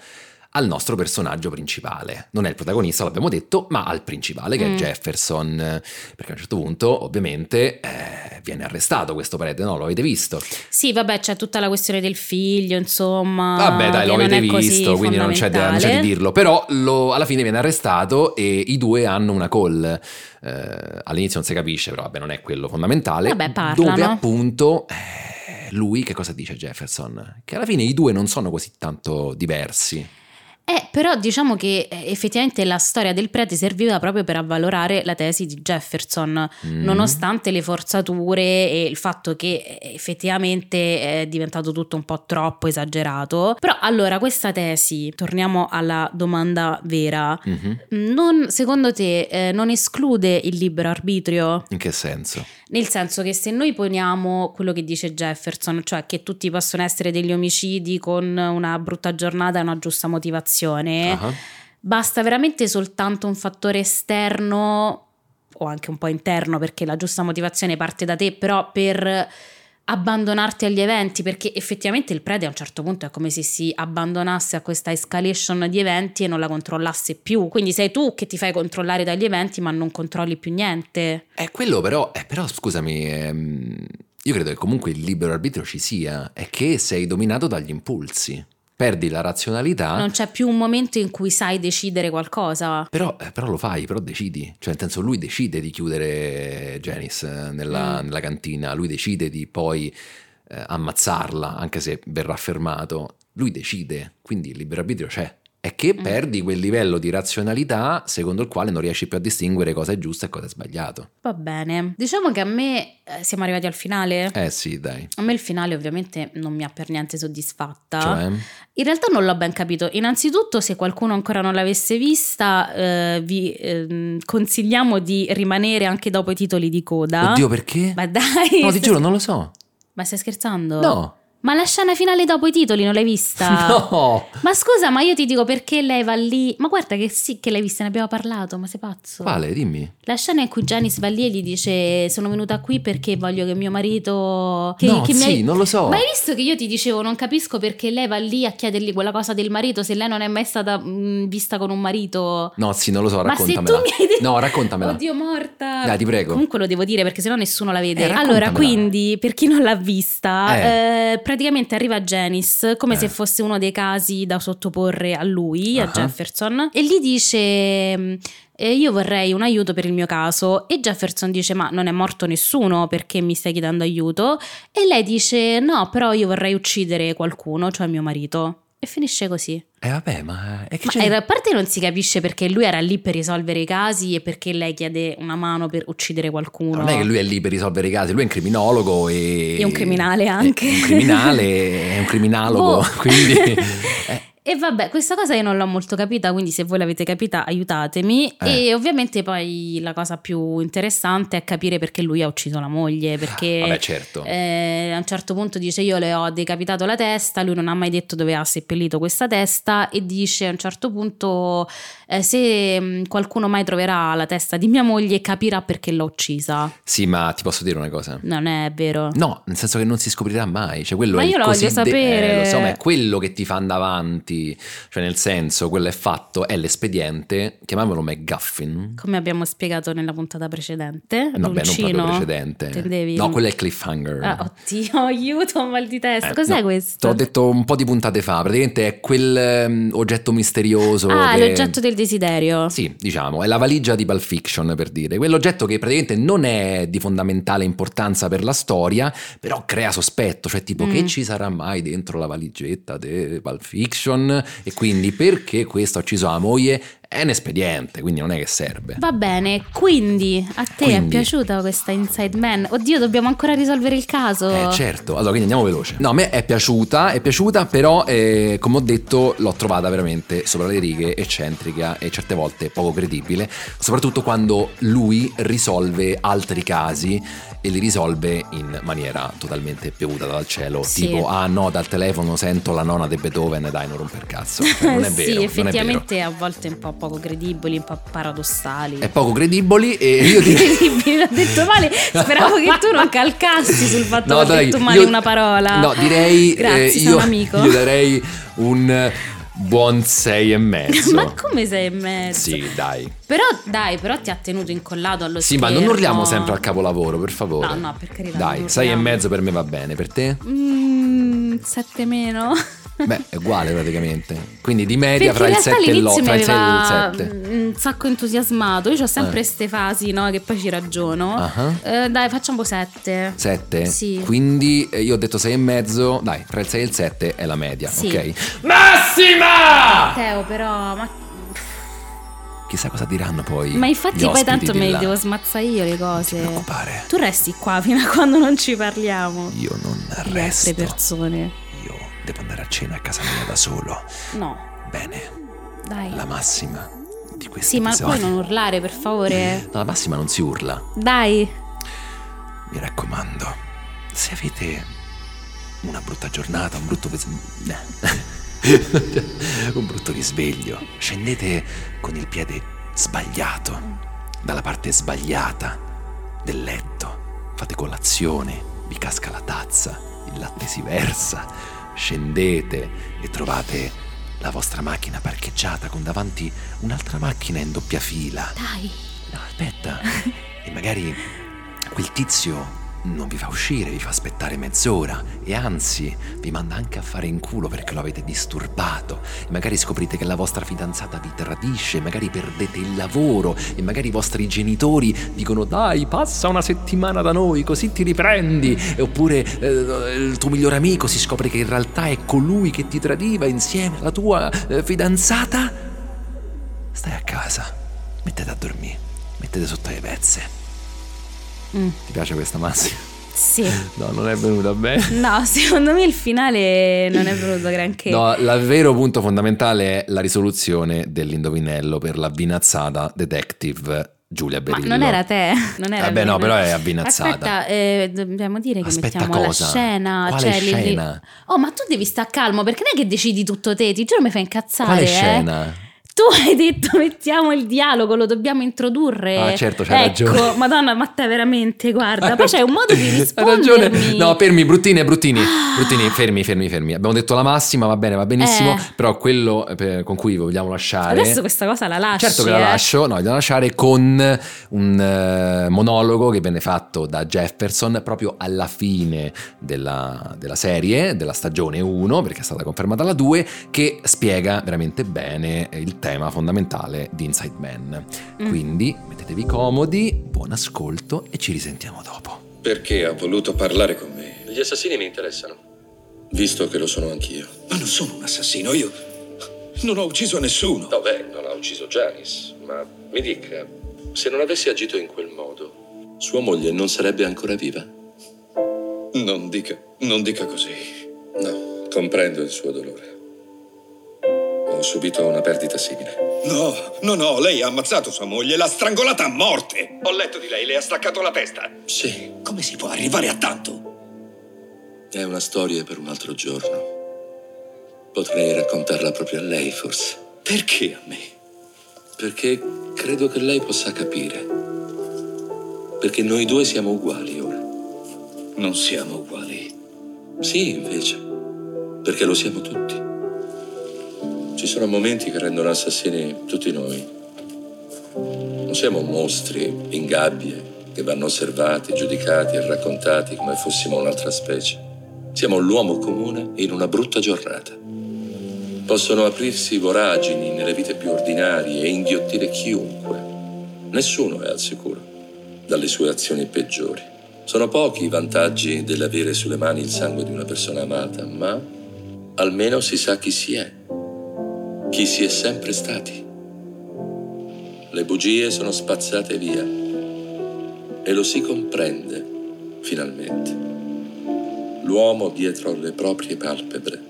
Speaker 1: al nostro personaggio principale. Non è il protagonista, l'abbiamo detto, ma al principale che
Speaker 2: Mm.
Speaker 1: è Jefferson. Perché a un certo punto, ovviamente, eh, viene arrestato questo prete, no? Lo avete visto?
Speaker 2: Sì, vabbè, c'è tutta la questione del figlio, insomma.
Speaker 1: Vabbè, dai, lo
Speaker 2: Ah, che non
Speaker 1: avete
Speaker 2: è così
Speaker 1: visto, quindi non c'è, da, non c'è
Speaker 2: fondamentale.
Speaker 1: di dirlo. Però lo- alla fine viene arrestato e i due hanno una call. Eh, all'inizio non si capisce, però vabbè, non è quello fondamentale.
Speaker 2: Vabbè, parlano.
Speaker 1: Dove appunto eh, lui che cosa dice Jefferson? Che alla fine i due non sono così tanto diversi.
Speaker 2: Eh, però diciamo che eh, effettivamente la storia del prete serviva proprio per avvalorare la tesi di Jefferson,
Speaker 1: Mm.
Speaker 2: nonostante le forzature e il fatto che eh, effettivamente è diventato tutto un po' troppo esagerato. Però allora, questa tesi, torniamo alla domanda vera,
Speaker 1: Mhm.
Speaker 2: non, secondo te eh, non esclude il libero arbitrio?
Speaker 1: In che senso?
Speaker 2: Nel senso che se noi poniamo quello che dice Jefferson, cioè che tutti possono essere degli omicidi con una brutta giornata e una giusta motivazione,
Speaker 1: Ah.
Speaker 2: basta veramente soltanto un fattore esterno o anche un po' interno perché la giusta motivazione parte da te, però per abbandonarti agli eventi perché effettivamente il prete a un certo punto è come se si abbandonasse a questa escalation di eventi e non la controllasse più quindi sei tu che ti fai controllare dagli eventi ma non controlli più niente
Speaker 1: Eh, quello però, eh, però scusami, ehm, io credo che comunque il libero arbitrio ci sia, è che sei dominato dagli impulsi, perdi la razionalità,
Speaker 2: non c'è più un momento in cui sai decidere qualcosa
Speaker 1: però, eh, però lo fai, però decidi, cioè nel senso lui decide di chiudere Janice eh, nella,
Speaker 2: Mm.
Speaker 1: nella cantina, lui decide di poi eh, ammazzarla, anche se verrà fermato, lui decide, quindi il libero arbitrio c'è. È che
Speaker 2: Mm.
Speaker 1: perdi quel livello di razionalità secondo il quale non riesci più a distinguere cosa è giusto e cosa è sbagliato.
Speaker 2: va bene diciamo che a me eh, siamo arrivati al finale
Speaker 1: Eh sì, dai.
Speaker 2: a me il finale ovviamente non mi ha per niente soddisfatta
Speaker 1: Cioè,
Speaker 2: In realtà non l'ho ben capito. Innanzitutto, se qualcuno ancora non l'avesse vista, eh, vi ehm, consigliamo di rimanere anche dopo i titoli di coda.
Speaker 1: oddio perché?
Speaker 2: Ah. Ma dai!
Speaker 1: No, ti
Speaker 2: stai-
Speaker 1: giuro, non lo so.
Speaker 2: Ma stai scherzando?
Speaker 1: No.
Speaker 2: Ma la scena finale dopo i titoli non l'hai vista?
Speaker 1: No.
Speaker 2: Ma scusa, ma io ti dico perché lei va lì. Ma guarda che sì, che l'hai vista, ne abbiamo parlato, ma sei pazzo.
Speaker 1: Quale, dimmi.
Speaker 2: La scena in cui Janice va lì e gli dice: Sono venuta qui perché voglio che mio marito. Che,
Speaker 1: no,
Speaker 2: che mi
Speaker 1: sì,
Speaker 2: hai-
Speaker 1: non lo so.
Speaker 2: ma hai visto che io ti dicevo, non capisco perché lei va lì a chiedergli quella cosa del marito se lei non è mai stata mh, vista con un marito?
Speaker 1: No, sì, non lo so,
Speaker 2: Ma se tu
Speaker 1: raccontamela.
Speaker 2: mi hai detto-
Speaker 1: No, raccontamela.
Speaker 2: Oddio, morta!
Speaker 1: Dai, ti prego.
Speaker 2: Comunque lo devo dire perché sennò nessuno la vede.
Speaker 1: Ecco. Eh,
Speaker 2: allora,
Speaker 1: raccontamela.
Speaker 2: quindi, per chi non l'ha vista,
Speaker 1: Eh.
Speaker 2: eh, praticamente arriva Janice come
Speaker 1: Eh.
Speaker 2: se fosse uno dei casi da sottoporre a lui, a
Speaker 1: Ah.
Speaker 2: Jefferson, e gli dice... mh, eh, io vorrei un aiuto per il mio caso e Jefferson dice ma non è morto nessuno perché mi stai chiedendo aiuto e lei dice no però io vorrei uccidere qualcuno cioè mio marito e finisce così
Speaker 1: Eh vabbè, ma è che
Speaker 2: ma
Speaker 1: c'è-
Speaker 2: in a parte non si capisce perché lui era lì per risolvere i casi e perché lei chiede una mano per uccidere qualcuno.
Speaker 1: Non è che lui è lì per risolvere i casi, lui è un criminologo e...
Speaker 2: È un criminale anche.
Speaker 1: È un criminale, è un criminalogo,
Speaker 2: Boh.
Speaker 1: quindi... eh.
Speaker 2: E vabbè, questa cosa io non l'ho molto capita, quindi se voi l'avete capita aiutatemi.
Speaker 1: Eh.
Speaker 2: E ovviamente poi la cosa più interessante è capire perché lui ha ucciso la moglie, perché
Speaker 1: Vabbè, certo.
Speaker 2: eh, a un certo punto dice io le ho decapitato la testa, lui non ha mai detto dove ha seppellito questa testa e dice a un certo punto eh, se mh, qualcuno mai troverà la testa di mia moglie capirà perché l'ho uccisa.
Speaker 1: Sì, ma ti posso dire una cosa?
Speaker 2: Non è vero.
Speaker 1: No, nel senso che non si scoprirà mai. Cioè, quello
Speaker 2: Ma
Speaker 1: è il
Speaker 2: io lo voglio
Speaker 1: coside-
Speaker 2: sapere.
Speaker 1: eh, lo so, ma è quello che ti fa andare avanti. Cioè, nel senso, quello è fatto, è l'espediente, chiamiamolo McGuffin.
Speaker 2: Come abbiamo spiegato nella puntata precedente,
Speaker 1: No, beh, Eh, non
Speaker 2: l'uncino.
Speaker 1: proprio precedente.
Speaker 2: Intendevi?
Speaker 1: No, quello è cliffhanger.
Speaker 2: Ah, oddio, aiuto, ho mal di testa.
Speaker 1: Eh,
Speaker 2: Cos'è
Speaker 1: no, Te
Speaker 2: questo?
Speaker 1: l'ho detto un po' di puntate fa, praticamente è quel ehm, oggetto misterioso.
Speaker 2: ah,
Speaker 1: che-
Speaker 2: l'oggetto del desiderio.
Speaker 1: Sì, diciamo, è la valigia di Pulp Fiction per dire. Quell'oggetto che praticamente non è di fondamentale importanza per la storia, però crea sospetto, cioè tipo
Speaker 2: Mm.
Speaker 1: che ci sarà mai dentro la valigetta di Pulp Fiction e quindi perché questo ha ucciso la moglie è un espediente, quindi non è che serve.
Speaker 2: Va bene, quindi a te è
Speaker 1: Quindi.
Speaker 2: piaciuta questa Inside Man? Oddio, dobbiamo ancora risolvere il caso.
Speaker 1: Eh certo, allora quindi andiamo veloce. No, a me è piaciuta, è piaciuta, però eh, come ho detto l'ho trovata veramente sopra le righe, eccentrica e certe volte poco credibile, soprattutto quando lui risolve altri casi e li risolve in maniera totalmente piovuta dal cielo,
Speaker 2: Sì.
Speaker 1: tipo ah no, dal telefono sento la nonna di Beethoven, dai non romper cazzo, Cioè, non è vero, non è
Speaker 2: sì,
Speaker 1: vero.
Speaker 2: effettivamente a volte un po' poco credibili, un po' paradossali.
Speaker 1: È poco credibili e io dico...
Speaker 2: Credibili, l'ho detto male. Speravo che tu non calcassi sul fatto
Speaker 1: No,
Speaker 2: che ho
Speaker 1: dai,
Speaker 2: detto male
Speaker 1: io-
Speaker 2: una parola.
Speaker 1: No, direi
Speaker 2: Grazie,
Speaker 1: eh,
Speaker 2: sei
Speaker 1: io,
Speaker 2: un amico.
Speaker 1: io darei un eh, buon 6 e mezzo.
Speaker 2: Ma come sei in mezzo?
Speaker 1: Sì, dai.
Speaker 2: Però dai, però ti ha tenuto incollato allo
Speaker 1: Sì,
Speaker 2: schermo.
Speaker 1: ma non urliamo sempre al capolavoro, per favore.
Speaker 2: No, no, per carità,
Speaker 1: Dai,
Speaker 2: non
Speaker 1: 6 e
Speaker 2: urliamo.
Speaker 1: mezzo per me va bene, per te?
Speaker 2: Mm, sette meno.
Speaker 1: Beh, è uguale praticamente. Quindi di media
Speaker 2: Perché
Speaker 1: fra
Speaker 2: in
Speaker 1: il
Speaker 2: realtà
Speaker 1: 7 e
Speaker 2: all'inizio
Speaker 1: l'8,
Speaker 2: mi
Speaker 1: fra il 6 e
Speaker 2: aveva
Speaker 1: il 7.
Speaker 2: mm, un sacco entusiasmato. Io ho sempre
Speaker 1: Eh.
Speaker 2: queste fasi, no? Che poi ci ragiono.
Speaker 1: Ah.
Speaker 2: Eh, dai, facciamo sette.
Speaker 1: 7?
Speaker 2: Sì.
Speaker 1: Quindi eh, io ho detto 6 e mezzo, dai, tra il 6 e il 7 è la media,
Speaker 2: Sì.
Speaker 1: ok? Massima!
Speaker 2: Teo, però, ma,
Speaker 1: Chissà cosa diranno poi.
Speaker 2: ma
Speaker 1: gli
Speaker 2: infatti, poi
Speaker 1: ospiti
Speaker 2: tanto
Speaker 1: di
Speaker 2: me le
Speaker 1: là.
Speaker 2: devo smazzare io le cose.
Speaker 1: Non ti preoccupare,
Speaker 2: Tu resti qua fino a quando non ci parliamo.
Speaker 1: io non
Speaker 2: Le altre
Speaker 1: resto.
Speaker 2: persone.
Speaker 1: Io devo andare a cena a casa mia da solo.
Speaker 2: No,
Speaker 1: Bene,
Speaker 2: dai.
Speaker 1: la massima di questo
Speaker 2: Sì, ma
Speaker 1: episodio.
Speaker 2: poi non urlare, per favore.
Speaker 1: No, la massima non si urla.
Speaker 2: Dai.
Speaker 1: Mi raccomando, se avete una brutta giornata, un brutto pes- eh, un brutto risveglio, scendete con il piede sbagliato, dalla parte sbagliata del letto, fate colazione, vi casca la tazza, il latte si versa, scendete e trovate la vostra macchina parcheggiata con davanti un'altra macchina in doppia fila.
Speaker 2: Dai.
Speaker 1: No, aspetta. e magari quel tizio non vi fa uscire, vi fa aspettare mezz'ora e anzi vi manda anche a fare in culo perché lo avete disturbato. E magari scoprite che la vostra fidanzata vi tradisce, magari perdete il lavoro e magari i vostri genitori dicono dai passa una settimana da noi così ti riprendi. E oppure eh, il tuo migliore amico si scopre che in realtà è colui che ti tradiva insieme alla tua eh, fidanzata. Stai a casa, mettete a dormire, mettete sotto le pezze.
Speaker 2: Mm.
Speaker 1: Ti piace questa massima?
Speaker 2: Sì.
Speaker 1: No, non è venuta bene.
Speaker 2: No, secondo me il finale non è venuto granché.
Speaker 1: No, il vero punto fondamentale è la risoluzione dell'indovinello per la vinazzata detective Giulia
Speaker 2: Ma
Speaker 1: Berillo.
Speaker 2: non era te, non era
Speaker 1: Vabbè,
Speaker 2: te.
Speaker 1: no, però è avvinazzata.
Speaker 2: Aspetta, eh, dobbiamo dire che
Speaker 1: Aspetta
Speaker 2: mettiamo
Speaker 1: cosa?
Speaker 2: la scena.
Speaker 1: Quale
Speaker 2: cioè, lì- lì-
Speaker 1: scena?
Speaker 2: Oh, ma tu devi stare calmo perché non è che decidi tutto te, ti giuro mi fai incazzare.
Speaker 1: Quale
Speaker 2: eh.
Speaker 1: scena?
Speaker 2: Tu hai detto mettiamo il dialogo, lo dobbiamo introdurre.
Speaker 1: Ah, certo, c'hai
Speaker 2: ecco,
Speaker 1: ragione.
Speaker 2: Madonna, ma te veramente, guarda. Poi c'è un modo di
Speaker 1: Hai
Speaker 2: rispondermi.
Speaker 1: ragione. No, fermi, bruttini, bruttini. Bruttini, fermi, fermi, fermi. Abbiamo detto la massima, va bene, va benissimo.
Speaker 2: Eh.
Speaker 1: Però quello eh, per- con cui vi vogliamo lasciare.
Speaker 2: Adesso questa cosa la lasci.
Speaker 1: Certo che la
Speaker 2: eh.
Speaker 1: lascio, no, la lasciare con un eh, monologo che venne fatto da Jefferson proprio alla fine della, della serie, della stagione 1, perché è stata confermata la 2, che spiega veramente bene il tema fondamentale di Inside Man.
Speaker 2: Mm.
Speaker 1: Quindi mettetevi comodi, buon ascolto e ci risentiamo dopo.
Speaker 5: Perché ha voluto parlare con me,
Speaker 6: Gli assassini mi interessano.
Speaker 5: visto che lo sono anch'io.
Speaker 7: Ma non sono un assassino, io non ho ucciso nessuno.
Speaker 6: Vabbè, non ha ucciso Janice, ma mi dica, se non avessi agito in quel modo,
Speaker 5: Sua moglie non sarebbe ancora viva?
Speaker 7: Non dica, non dica così.
Speaker 5: No, comprendo il suo dolore. Ho subito una perdita simile.
Speaker 7: No, no, no, lei ha ammazzato sua moglie, l'ha strangolata a morte. Ho letto di lei, le ha staccato la testa.
Speaker 5: Sì,
Speaker 7: Come si può arrivare a tanto?
Speaker 5: è una storia per un altro giorno. Potrei raccontarla proprio a lei, forse.
Speaker 7: Perché a me?
Speaker 5: Perché credo che lei possa capire. Perché noi due siamo uguali ora.
Speaker 7: Non siamo uguali.
Speaker 5: Sì, invece. Perché lo siamo tutti. Ci sono momenti che rendono assassini tutti noi. Non siamo mostri in gabbie che vanno osservati, giudicati e raccontati come fossimo un'altra specie. Siamo l'uomo comune in una brutta giornata. Possono aprirsi voragini nelle vite più ordinarie e inghiottire chiunque. Nessuno è al sicuro dalle sue azioni peggiori. Sono pochi i vantaggi dell'avere sulle mani il sangue di una persona amata, ma almeno si sa chi si è, chi si è sempre stati. Le bugie sono spazzate via e lo si comprende finalmente. L'uomo dietro le proprie palpebre.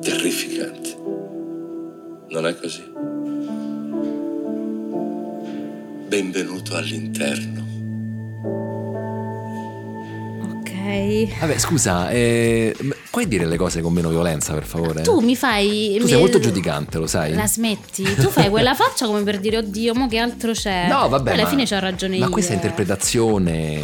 Speaker 5: Terrificante. Non è così? Benvenuto all'interno.
Speaker 2: Ok.
Speaker 1: Vabbè, scusa, eh, ma puoi dire le cose con meno violenza, per favore?
Speaker 2: Tu mi fai.
Speaker 1: Eh. Tu sei
Speaker 2: mi-
Speaker 1: molto giudicante, lo sai?
Speaker 2: La smetti, tu fai quella faccia come per dire oddio, mo che altro c'è.
Speaker 1: No, vabbè.
Speaker 2: Eh, Poi alla
Speaker 1: ma-
Speaker 2: fine c'ho ragione io. eh.
Speaker 1: Ma questa interpretazione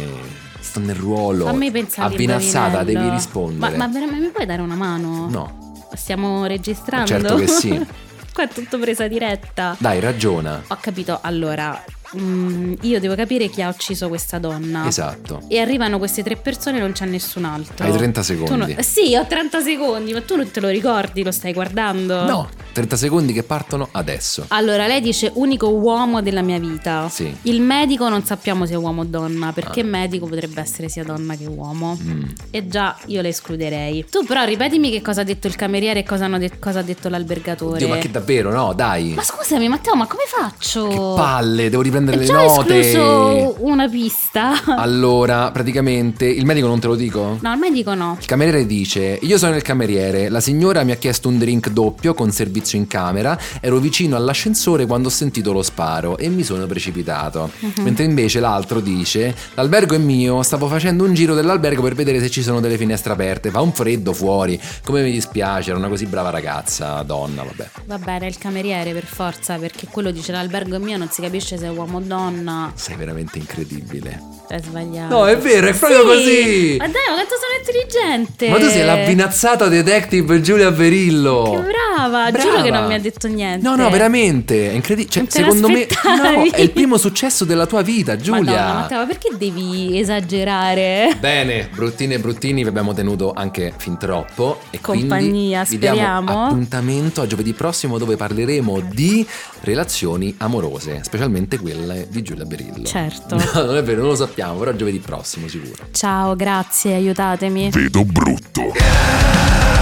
Speaker 1: sto nel ruolo.
Speaker 2: Fammi pensare.
Speaker 1: Avvinazzata,
Speaker 2: indovinello.
Speaker 1: devi rispondere.
Speaker 2: Ma, ma veramente mi puoi dare una mano?
Speaker 1: No.
Speaker 2: Stiamo registrando?
Speaker 1: Certo che sì.
Speaker 2: Qua è tutto presa diretta.
Speaker 1: Dai, ragiona.
Speaker 2: Ho capito, allora, mm, io devo capire chi ha ucciso questa donna.
Speaker 1: Esatto.
Speaker 2: E arrivano queste tre persone e non c'è nessun altro.
Speaker 1: Hai 30
Speaker 2: Tu non-
Speaker 1: secondi.
Speaker 2: Sì, ho 30 secondi, ma tu non te lo ricordi, lo stai guardando?
Speaker 1: No, 30 secondi che partono adesso.
Speaker 2: Allora, lei dice unico uomo della mia vita.
Speaker 1: Sì. Ah.
Speaker 2: Il medico non sappiamo se è uomo o donna, perché medico potrebbe essere sia donna che uomo.
Speaker 1: Mm.
Speaker 2: E già io le escluderei. Tu però ripetimi che cosa ha detto il cameriere e cosa, hanno de- cosa ha detto l'albergatore.
Speaker 1: Oddio, ma che davvero, no, dai.
Speaker 2: Ma scusami Matteo, ma come faccio?
Speaker 1: che palle, devo riprendere
Speaker 2: È
Speaker 1: le
Speaker 2: già
Speaker 1: note.
Speaker 2: escluso una pista.
Speaker 1: Allora, praticamente, il medico non te lo dico?
Speaker 2: No, il medico no.
Speaker 1: Il cameriere dice: Io sono il cameriere, la signora mi ha chiesto un drink doppio con servizio servizio in camera, ero vicino all'ascensore quando ho sentito lo sparo e mi sono precipitato. Mentre invece l'altro dice: L'albergo è mio, stavo facendo un giro dell'albergo per vedere se ci sono delle finestre aperte. Fa un freddo fuori. Come mi dispiace, era una così brava ragazza, donna, vabbè.
Speaker 2: Va bene, il cameriere per forza, perché quello dice l'albergo è mio, non si capisce se è uomo o donna.
Speaker 1: Sei veramente incredibile.
Speaker 2: È sbagliato.
Speaker 1: No, è vero, è proprio
Speaker 2: Sì!
Speaker 1: così.
Speaker 2: Ma dai, ma quanto sono intelligente!
Speaker 1: Ma tu sei la vinazzata detective Giulia Verillo.
Speaker 2: Eh. Che brava, giuro che non mi ha detto niente.
Speaker 1: No, no, veramente, è incredibile. Cioè,
Speaker 2: Non te
Speaker 1: secondo me
Speaker 2: l'aspettavi.
Speaker 1: no, è il primo successo della tua vita, Giulia.
Speaker 2: Madonna, Matteo, ma perché devi esagerare?
Speaker 1: Bene, bruttini e bruttini, vi abbiamo tenuto anche fin troppo. E
Speaker 2: Compagnia,
Speaker 1: quindi vi diamo
Speaker 2: speriamo.
Speaker 1: appuntamento a giovedì prossimo dove parleremo di relazioni amorose, specialmente quelle di Giulia Berillo.
Speaker 2: Certo.
Speaker 1: No, non è vero, non lo sappiamo, però giovedì prossimo sicuro.
Speaker 2: Ciao, grazie, aiutatemi.
Speaker 3: Vedo brutto.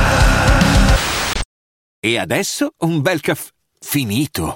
Speaker 8: E adesso un bel caffè finito.